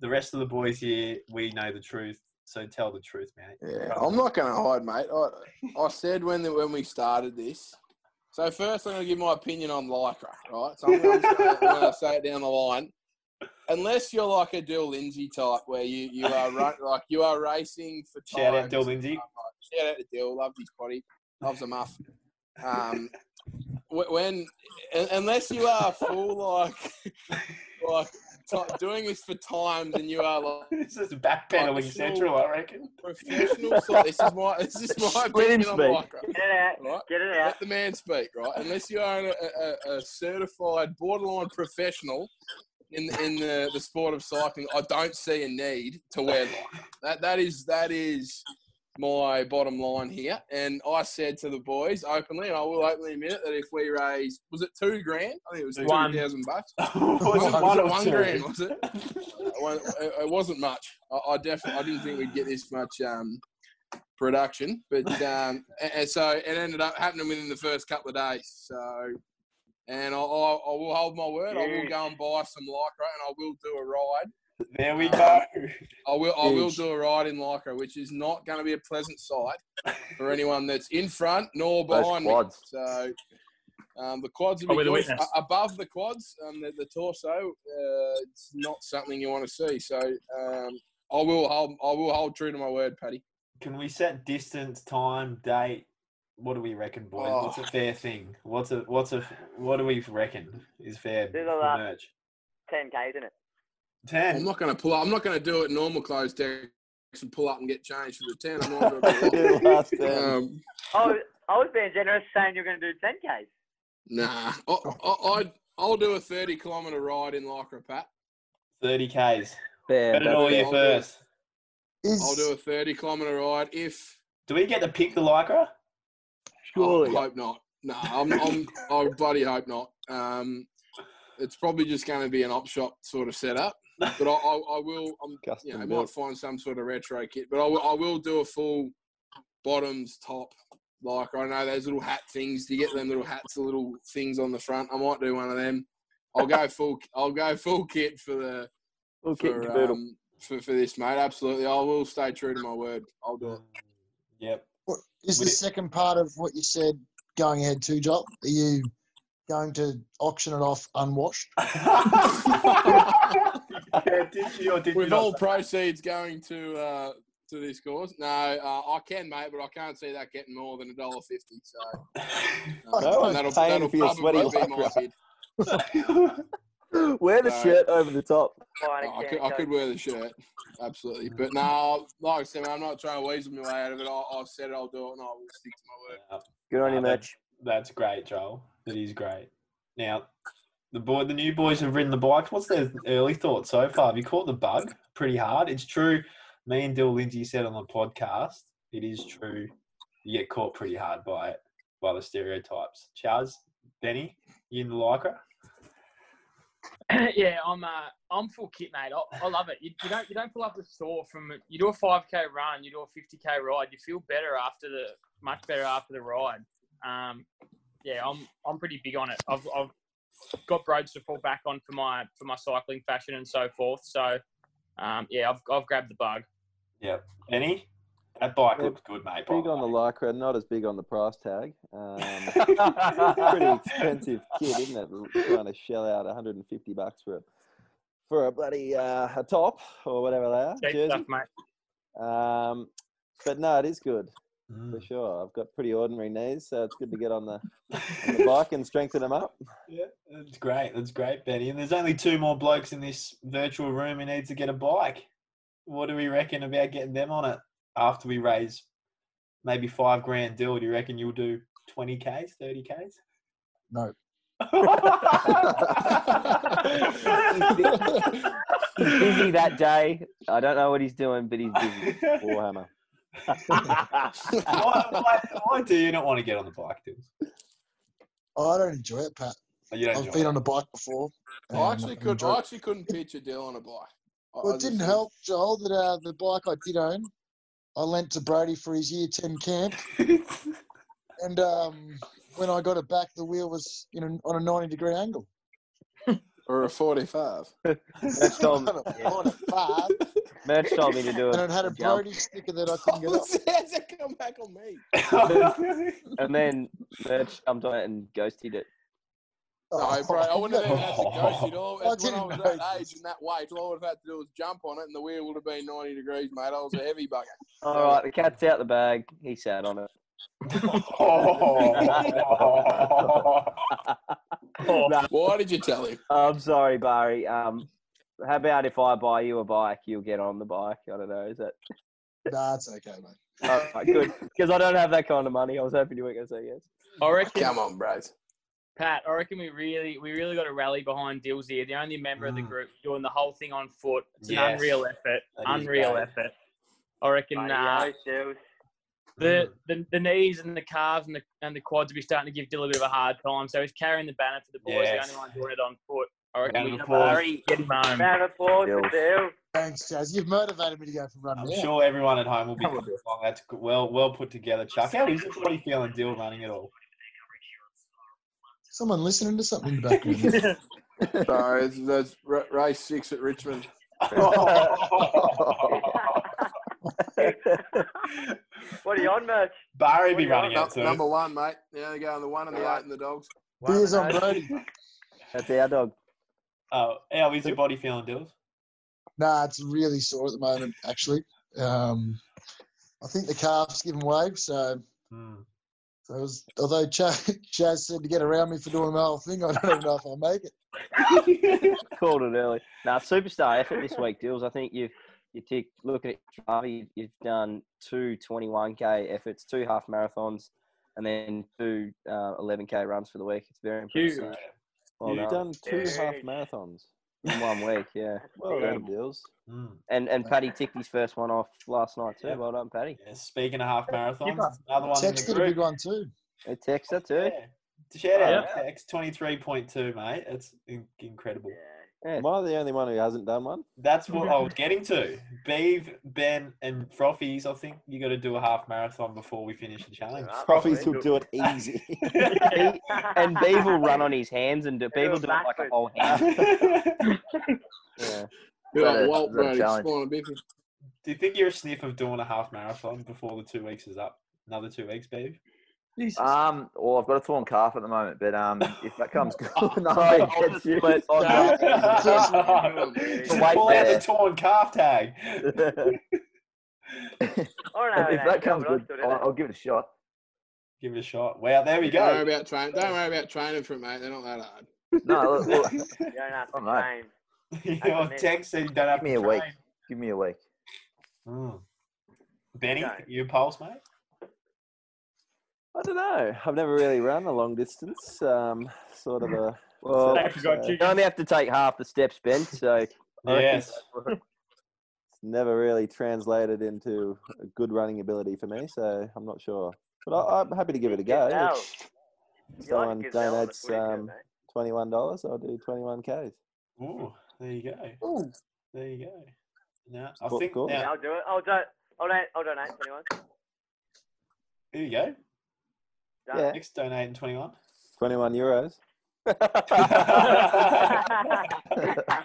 Speaker 1: the rest of the boys here. We know the truth, so tell the truth, man.
Speaker 3: Yeah, I'm not going to hide, mate. I, I said when the, when we started this. So first, I'm going to give my opinion on Lycra, right? So I'm going to say it down the line. Unless you're like a Dill Lindsay type, where you you are run, like you are racing for time.
Speaker 1: Shout out Dill Lindsay.
Speaker 3: Shout out to Dill. Loves his body. Loves a muff. Um, wh- when un- unless you are full like like t- doing this for times, and you are like
Speaker 1: this is backpedaling Central, I reckon.
Speaker 3: Professional. So this is my this is my
Speaker 1: Let him
Speaker 3: opinion on
Speaker 1: speak.
Speaker 3: Lycra.
Speaker 5: Get it out.
Speaker 3: Right?
Speaker 5: Get it out.
Speaker 3: Let the man speak, right? Unless you are a, a, a certified borderline professional in in the, the sport of cycling, I don't see a need to wear lycra. That that is that is my bottom line here. And I said to the boys openly, and I will openly admit it, that if we raise was it two grand? I think it was two
Speaker 1: One.
Speaker 3: thousand bucks.
Speaker 1: Was it one or
Speaker 3: one
Speaker 1: two?
Speaker 3: grand? Was it? it wa- it- it wasn't much. I, I definitely I didn't think we'd get this much um, production, but um, and, and so it ended up happening within the first couple of days. So, and I, I, I will hold my word. I will
Speaker 1: Huge.
Speaker 3: go and buy some lycra, and I will do a ride.
Speaker 1: There we
Speaker 3: Um,
Speaker 1: go.
Speaker 3: I will I will
Speaker 1: Huge.
Speaker 3: do a ride in lycra, which is not going to be a pleasant sight for anyone that's in front nor
Speaker 1: Those
Speaker 3: behind me.
Speaker 1: quads.
Speaker 3: So. Um, the quads will
Speaker 1: I'll
Speaker 3: be
Speaker 1: be Oh, the
Speaker 3: good.
Speaker 1: witness.
Speaker 3: A- above the quads, um, the, the torso. Uh, it's not something you want to see. So um, I will hold. I will hold true to my word, Paddy.
Speaker 1: Can we set distance, time, date? What do we reckon, boys? What's a
Speaker 3: Oh.
Speaker 1: fair thing? What's a what's a what do we reckon is fair
Speaker 5: There's a
Speaker 1: for
Speaker 5: lot.
Speaker 1: merch?
Speaker 5: 10k, isn't it?
Speaker 1: Ten.
Speaker 3: I'm not going to pull. up. I'm not going to do it normal clothes, Derek, and pull up and get changed for the ten. I'm not going to
Speaker 8: last
Speaker 3: um,
Speaker 5: I was, I was being generous saying you're going to do 10k.
Speaker 3: Nah, I, I, I'd, I'll do a 30 kilometre ride in Lycra, Pat.
Speaker 1: Thirty k's.
Speaker 7: Fair.
Speaker 1: Put it
Speaker 3: that's
Speaker 1: all
Speaker 3: fair.
Speaker 1: year
Speaker 3: I'll do it.
Speaker 1: first.
Speaker 3: I'll do a 30 kilometre ride if.
Speaker 1: Do we get to pick the lycra?
Speaker 3: I hope not. No, I'm, I'm, I bloody hope not. Um, it's probably just going to be an op shop sort of setup, but I, I, I will. I'm, you know, I might
Speaker 1: built.
Speaker 3: find some sort of retro kit, but I will, I will do a full bottoms top. Like I know those little hat things. Do you get them little hats, the little things on the front? I might do one of them. I'll go full. I'll go full kit for the
Speaker 8: Full
Speaker 3: for,
Speaker 8: kit and caboodle.
Speaker 3: um, for for this, mate. Absolutely, I will stay true to my word. I'll do it.
Speaker 1: Yep.
Speaker 9: Is the second part of what you said going ahead too, Joel? Are you going to auction it off unwashed?
Speaker 3: With all proceeds going to uh, to this cause, no, uh, I can, mate, but I can't see that getting more than a dollar fifty. So um,
Speaker 8: No one's
Speaker 3: that'll,
Speaker 8: paying
Speaker 3: that'll
Speaker 8: for your
Speaker 3: probably
Speaker 8: sweaty
Speaker 3: be my
Speaker 8: lycra.
Speaker 3: bid.
Speaker 8: Wear the
Speaker 3: No.
Speaker 8: shirt over the top.
Speaker 3: Oh, I, could, I could wear the shirt, absolutely. But no, like I said, man, I'm not trying to weasel my way out of it. I, I said it, I'll do it, and I will stick to my word.
Speaker 7: Good on you,
Speaker 1: Nah, that-
Speaker 7: Mitch.
Speaker 1: That's great, Joel. That is great. Now, the boy, the new boys have ridden the bikes. What's their early thoughts so far? Have you caught the bug pretty hard? It's true. Me and Dill Lindsay said on the podcast, it is true. You get caught pretty hard by it, by the stereotypes. Charles, Benny, you in the lycra?
Speaker 6: yeah, I'm uh, I'm full kit, mate. I, I love it. You, you don't you don't pull up the store from you do a five k run, you do a fifty k ride. You feel better after the much better after the ride. Um, yeah, I'm I'm pretty big on it. I've, I've got roads to fall back on for my for my cycling fashion and so forth. So um, yeah, I've I've grabbed the bug.
Speaker 1: Yep. Benny, that bike
Speaker 8: Yeah.
Speaker 1: looks good, mate.
Speaker 8: Big on the lycra, not as big on the price tag. Um, pretty expensive kit, isn't it? Trying to shell out 150 bucks for a for a bloody uh, a top or whatever they are.
Speaker 6: Cheap
Speaker 8: Jersey.
Speaker 6: stuff, mate.
Speaker 8: Um, but no, it is good
Speaker 1: Mm.
Speaker 8: for sure. I've got pretty ordinary knees, so it's good to get on the, on the bike and strengthen them up.
Speaker 1: Yeah, that's great. That's great, Benny. And there's only two more blokes in this virtual room who need to get a bike. What do we reckon about getting them on it after we raise maybe five grand deal? Do you reckon you'll do 20Ks, 30Ks?
Speaker 9: No. Um,
Speaker 7: He's busy that day. I don't know what he's doing, but he's busy. Warhammer.
Speaker 1: why, why, why do you not want to get on the bike, Dills?
Speaker 9: I don't enjoy it, Pat.
Speaker 1: Oh, you don't
Speaker 9: I've
Speaker 1: enjoy
Speaker 9: been
Speaker 1: it.
Speaker 9: on a bike before. and
Speaker 10: I actually could.
Speaker 9: enjoy
Speaker 10: I
Speaker 9: it.
Speaker 10: actually couldn't picture Dill on a bike. I-
Speaker 9: Well,
Speaker 10: I
Speaker 9: it
Speaker 10: just
Speaker 9: didn't
Speaker 10: was-
Speaker 9: help, Joel, that uh, the bike I did own, I lent to Brody for his year 10 camp. and um, when I got it back, the wheel was in a, on a 90 degree angle.
Speaker 10: Or a forty-five.
Speaker 7: Merch told, yeah,
Speaker 9: Five,
Speaker 7: Merch told me to do it.
Speaker 9: and it had a
Speaker 7: jump.
Speaker 9: Brody sticker that I couldn't get off.
Speaker 10: How's that come back on me?
Speaker 7: and then Merch jumped on it and ghosted it.
Speaker 10: No, Oh, bro, I wouldn't have even had to ghost it all.
Speaker 9: I
Speaker 10: when I
Speaker 9: didn't
Speaker 10: was
Speaker 9: know
Speaker 10: that age and that weight, all I would have had to do was jump on it, and the wheel would have been 90 degrees, mate. I was a heavy bugger.
Speaker 7: All right, the cat's out the bag. He sat on it.
Speaker 1: Oh.
Speaker 10: Why did you tell him?
Speaker 7: I'm sorry, Barry. Um, how about if I buy you a bike, you'll get on the bike? I don't know. Is that
Speaker 9: Nah, it's okay, mate.
Speaker 7: all right, good? Because I don't have that kind of money. I was hoping you weren't going to say yes.
Speaker 6: I reckon.
Speaker 10: Come on, bros.
Speaker 6: Pat, I reckon we really we really got to rally behind Dills here, the only member of the group doing the whole thing on foot. It's an
Speaker 7: Mm. Yes.
Speaker 6: unreal effort.
Speaker 7: That is
Speaker 6: Unreal
Speaker 7: bad.
Speaker 6: effort. I reckon uh,
Speaker 7: Mm.
Speaker 6: the, the the knees and the calves and the and the quads will be starting to give Dill a bit of a hard time. So he's carrying the banner for the boys,
Speaker 7: Yes.
Speaker 6: the only one doing it on foot. I reckon
Speaker 7: Round
Speaker 6: we
Speaker 7: of
Speaker 6: can
Speaker 7: applause.
Speaker 6: Barry get him home.
Speaker 7: Round of applause
Speaker 1: for Dills.
Speaker 9: Thanks, Jazz. You've motivated me to go for running.
Speaker 1: I'm
Speaker 9: now.
Speaker 1: sure everyone at home will be coming along. That's good- well well put together, Chuck. How is your body feeling, Dill, running at all?
Speaker 9: Someone listening to something in the background.
Speaker 10: Sorry, it's, that's r- race six at Richmond.
Speaker 5: What are you on, Merch?
Speaker 1: Barry
Speaker 10: be
Speaker 1: running out soon.
Speaker 10: Number one, mate. Yeah, they go on the one and the eight and the dogs.
Speaker 9: Beers on Brody.
Speaker 7: That's our dog.
Speaker 1: Oh, how is your body feeling, Dills?
Speaker 9: Nah, it's really sore at the moment, actually. Um, I think the calf's given way, so. So it was, although Chaz, Chaz said to get around me for doing the whole thing, I don't even know if I'll make it.
Speaker 7: Called it early. Now, superstar effort this week, Dills. I think you've you tick looking at Travi, you've done two 21k efforts, two half marathons, and then two uh, 11k runs for the week. It's very
Speaker 4: Huge.
Speaker 7: impressive.
Speaker 4: You've done two
Speaker 7: Huge.
Speaker 4: half marathons.
Speaker 7: in one week. Yeah,
Speaker 4: Well done, Dills.
Speaker 1: Mm.
Speaker 7: And and Paddy ticked his first one off last night too. Well done, Paddy.
Speaker 1: speaking of half marathons, another one in
Speaker 9: Tex
Speaker 1: the
Speaker 9: did a big
Speaker 1: group.
Speaker 9: one too.
Speaker 7: A texter too.
Speaker 1: Shout out,
Speaker 4: Yeah.
Speaker 1: Tex. 23.2, mate. That's in- incredible.
Speaker 4: Am I the only one who hasn't done one?
Speaker 1: That's what I was getting to. Beeve, Ben, and Frothies, I think you got to do a half marathon before we finish the challenge.
Speaker 4: Frothies will do it easy.
Speaker 7: He- and Beav will run on his hands and do, Beav will do it like a whole hand. yeah.
Speaker 10: Who
Speaker 1: Is that
Speaker 10: are
Speaker 1: a-
Speaker 10: Walt,
Speaker 1: is that a
Speaker 10: bro?
Speaker 1: challenge?
Speaker 10: Spawn a biffy.
Speaker 1: Do you think you're a sniff of doing a half marathon before the two weeks is up? Another two weeks, Beeve?
Speaker 8: Um, well, I've got a torn calf at the moment, but um, if that comes good,
Speaker 1: Sorry,
Speaker 8: I
Speaker 1: I'll
Speaker 8: get you.
Speaker 1: split on that. Just pull out the torn calf tag.
Speaker 8: if that comes good, I'll, I'll give it a shot.
Speaker 1: Give it a shot. Wow, Oh, there we go.
Speaker 10: Don't worry about training. Don't worry about training for it, mate. They're not that hard.
Speaker 8: No, look, look,
Speaker 5: You don't have
Speaker 8: Oh, no.
Speaker 5: to
Speaker 1: You know, Tex said you don't have
Speaker 8: give me
Speaker 1: to
Speaker 8: a week.
Speaker 1: train.
Speaker 8: Give me a week.
Speaker 1: Hmm. Benny, you pulse, mate?
Speaker 4: I don't know. I've never really run a long distance. Um, sort of
Speaker 1: Hmm.
Speaker 4: a. uh,
Speaker 7: Well,
Speaker 4: setup, so
Speaker 7: you only have to take half the steps, Ben. So I reckon
Speaker 4: Yes.
Speaker 7: go for it.
Speaker 4: it's never really translated into a good running ability for me, so I'm not sure. But I, I'm happy to give it a go.
Speaker 5: Gazelle.
Speaker 4: If
Speaker 5: like
Speaker 4: Someone
Speaker 5: Gazelle on the
Speaker 4: donates um, $21, I'll do 21 Ks.
Speaker 1: Ooh, there you go.
Speaker 9: Ooh.
Speaker 1: There you go. No, I
Speaker 4: Cool,
Speaker 1: think
Speaker 4: cool.
Speaker 1: now,
Speaker 5: I'll do it. I'll do it. I'll donate. I'll donate to anyone.
Speaker 1: here you go.
Speaker 5: Done.
Speaker 4: Yeah.
Speaker 1: Next donate in 21.
Speaker 4: 21 euros.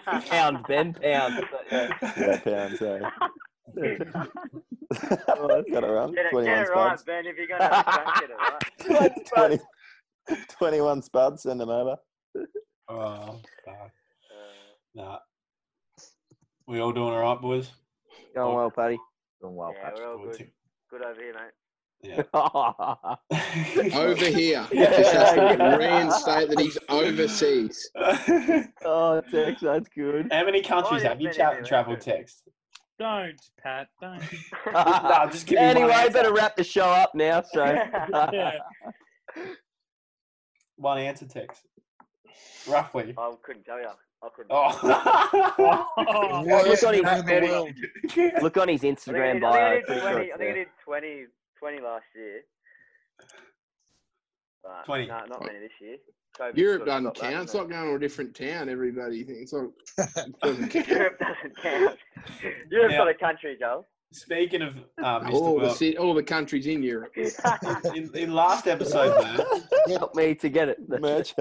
Speaker 7: pound, Ben, pound.
Speaker 4: Yeah, pounds, sorry.
Speaker 8: Oh,
Speaker 4: Got it wrong.
Speaker 5: Get it, get
Speaker 4: 21
Speaker 5: it right,
Speaker 4: spuds.
Speaker 5: Ben. If you're gonna crack it, all right.
Speaker 4: 20, 21 spuds, send them over.
Speaker 1: Oh,
Speaker 5: Uh,
Speaker 1: fuck. Nah. We all doing all right, boys?
Speaker 7: Going well, Paddy.
Speaker 8: Doing well,
Speaker 5: Yeah, we're all good. Good over here, mate.
Speaker 10: Over here.
Speaker 7: Yeah.
Speaker 10: Just has to reinstate that he's overseas.
Speaker 7: oh, Tex, that's good.
Speaker 1: How
Speaker 5: Oh,
Speaker 1: many countries have you tra- traveled, Tex?
Speaker 6: Don't, Pat. Don't.
Speaker 1: Nah, just give me one
Speaker 7: anyway,
Speaker 1: answer.
Speaker 7: better wrap the show up now. So
Speaker 1: Yeah. One answer, Tex. Roughly.
Speaker 5: I couldn't tell you. I couldn't.
Speaker 1: Oh.
Speaker 7: look, on
Speaker 5: That many.
Speaker 7: his, look on his Instagram
Speaker 5: I
Speaker 7: bio.
Speaker 5: think I did 20, I think I did 20, 20 last year. But
Speaker 3: 20.
Speaker 5: No, not many this year. COVID
Speaker 3: Europe
Speaker 5: sort of
Speaker 3: doesn't
Speaker 5: stopped that,
Speaker 3: count. It's like going to a different town. Everybody thinks it's like
Speaker 5: Europe doesn't count. Europe's
Speaker 3: Now-
Speaker 5: not a country, Joel.
Speaker 1: Speaking of uh, Mr.
Speaker 3: all the
Speaker 1: World.
Speaker 3: ci- all the countries in Europe.
Speaker 1: in, in last episode, Merge,
Speaker 7: Help me to get it. Merch.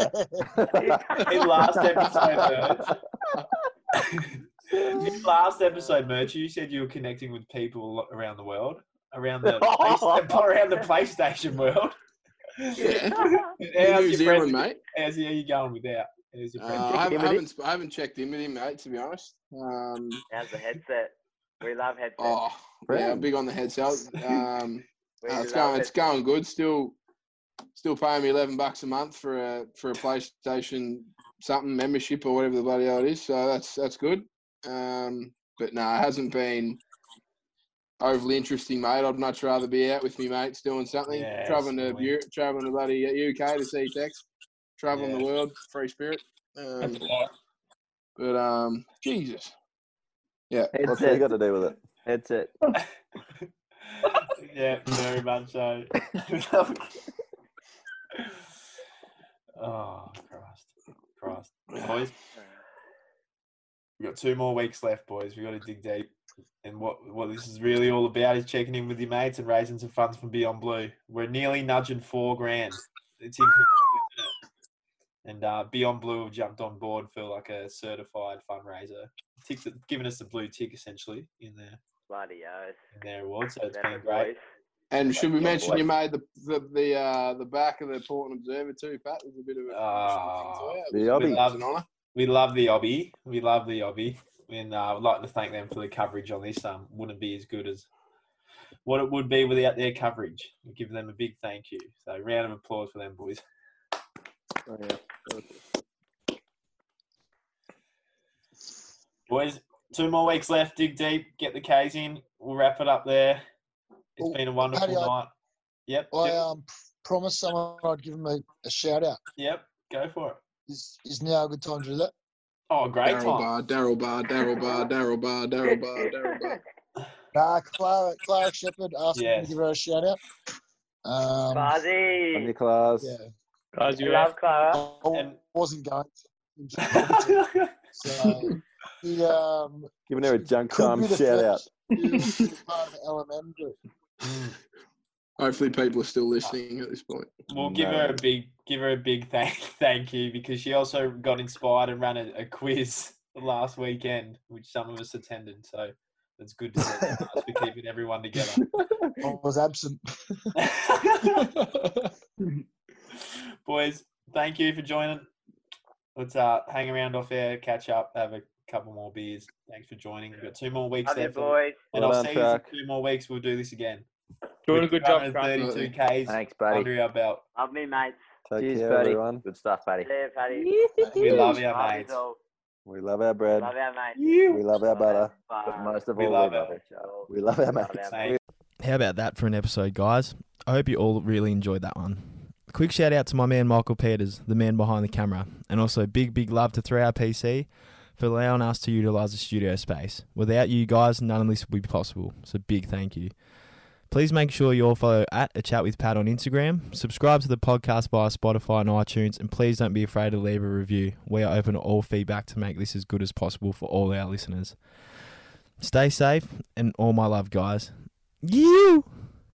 Speaker 1: in last episode, Merge, in last episode, Merge, you said you were connecting with people around the world, around the play- around the PlayStation world.
Speaker 3: Yeah.
Speaker 1: How's
Speaker 3: New
Speaker 1: your
Speaker 3: Zealand,
Speaker 1: friend-
Speaker 3: mate.
Speaker 1: How's how you going with that? How's your
Speaker 3: Uh,
Speaker 1: friend?
Speaker 3: I, haven't, I, haven't, sp- I haven't checked in with him, mate. To be honest. Um,
Speaker 5: How's the headset? We love headsets.
Speaker 3: Oh, yeah, I'm big on the headset. Um,
Speaker 5: We
Speaker 3: uh, it's
Speaker 5: love
Speaker 3: going, it's going good. Still, still paying me eleven bucks a month for a for a PlayStation something membership or whatever the bloody hell it is. So that's that's good. Um, but no, it hasn't been overly interesting, mate. I'd much rather be out with me mates doing something,
Speaker 1: Yeah,
Speaker 3: traveling to
Speaker 1: absolutely.
Speaker 3: Europe, traveling to bloody UK to see Tex, traveling
Speaker 1: Yeah.
Speaker 3: the world, free spirit. Um,
Speaker 1: Right.
Speaker 3: but um, Jesus, yeah,
Speaker 8: What's that got to do with it?
Speaker 7: That's it.
Speaker 1: yeah, very much so. oh, Christ. Christ. Boys, we got two more weeks left, boys. we got to dig deep. And what, what this is really all about is checking in with your mates and raising some funds from Beyond Blue. We're nearly nudging four grand. It's incredible. isn't it? And uh, Beyond Blue have jumped on board for like a certified fundraiser, Ticked it- giving us the blue tick essentially in their,
Speaker 5: Bloody oath.
Speaker 1: in their award. So it's
Speaker 5: Them
Speaker 1: been great.
Speaker 5: boys.
Speaker 3: And should we
Speaker 1: Yeah,
Speaker 3: mention
Speaker 1: boy.
Speaker 3: you made the the the, uh, the back of the Port and Observer too, Pat? It was a bit of a
Speaker 1: Ah,
Speaker 3: the
Speaker 1: We
Speaker 3: obby.
Speaker 1: love, we love the obby. We love the obby, and uh, I'd like to thank them for the coverage on this. Um, wouldn't be as good as what it would be without their coverage. We give them a big thank you. So round of applause for them, boys.
Speaker 3: Oh,
Speaker 1: Boys, two more weeks left. Dig deep, get the K's in. We'll wrap it up there. It's
Speaker 9: Oh,
Speaker 1: been a wonderful
Speaker 9: Paddy, I-
Speaker 1: night. Yep.
Speaker 9: I
Speaker 1: yep,
Speaker 9: um, promised someone I'd give him a, a shout out.
Speaker 1: yep. Go for it.
Speaker 9: Is, is now a good time to do that?
Speaker 1: Oh, great
Speaker 3: Daryl
Speaker 1: time.
Speaker 3: Bar, Daryl Bar, Daryl Bar, Daryl Bar, Daryl Bar, Daryl Bar.
Speaker 9: Nah, Clara, Clara Shepherd asked me
Speaker 1: Yes.
Speaker 9: to give her a shout out. Um,
Speaker 5: Fuzzy.
Speaker 8: Nicholas.
Speaker 9: yeah,
Speaker 11: Guys,
Speaker 5: We
Speaker 11: you
Speaker 5: love Clara.
Speaker 9: I wasn't going to. So, the, um,
Speaker 8: Giving her a junk
Speaker 9: could
Speaker 8: time
Speaker 9: be the
Speaker 8: shout out.
Speaker 9: first who was part of the LMM group.
Speaker 3: Hopefully, people are still listening at this point.
Speaker 1: We'll give
Speaker 8: No.
Speaker 1: her a big give her a big thank thank you because she also got inspired and ran a, a quiz last weekend, which some of us attended. So it's good to see us for keeping everyone together.
Speaker 9: I was absent.
Speaker 1: Boys, thank you for joining. Let's uh, hang around off air, catch up, have a couple more beers. Thanks for joining. We've got two more weeks
Speaker 5: Love you,
Speaker 1: left,
Speaker 5: boys.
Speaker 1: and
Speaker 8: Well
Speaker 1: I'll
Speaker 8: done,
Speaker 1: see you in
Speaker 8: Chuck.
Speaker 1: two more weeks. We'll do this again.
Speaker 6: Doing a good job, Grant.
Speaker 1: 32 Ks
Speaker 7: Thanks, buddy.
Speaker 1: under our belt.
Speaker 5: Love me, mates.
Speaker 8: Take
Speaker 7: Cheers,
Speaker 8: care,
Speaker 7: buddy.
Speaker 8: everyone.
Speaker 7: Good stuff, buddy.
Speaker 5: Yeah, Paddy.
Speaker 1: We love you,
Speaker 5: Love
Speaker 1: mate.
Speaker 5: yous all.
Speaker 8: We love our bread.
Speaker 5: Love our mates.
Speaker 8: We love our butter.
Speaker 7: But most of all,
Speaker 1: We
Speaker 7: we
Speaker 1: love
Speaker 7: love
Speaker 1: it.
Speaker 7: each other.
Speaker 8: We love our
Speaker 5: Love
Speaker 8: mates.
Speaker 5: our
Speaker 1: Mate.
Speaker 13: How about that for an episode, guys? I hope you all really enjoyed that one. Quick shout out to my man Michael Peters, the man behind the camera, and also big, big love to 3RPC for allowing us to utilize the studio space. Without you guys, none of this would be possible, so big thank you. Please make sure you all follow at A Chat with Pat on Instagram, subscribe to the podcast via Spotify and iTunes, and please don't be afraid to leave a review. We are open to all feedback to make this as good as possible for all our listeners. Stay safe and all my love, guys. You!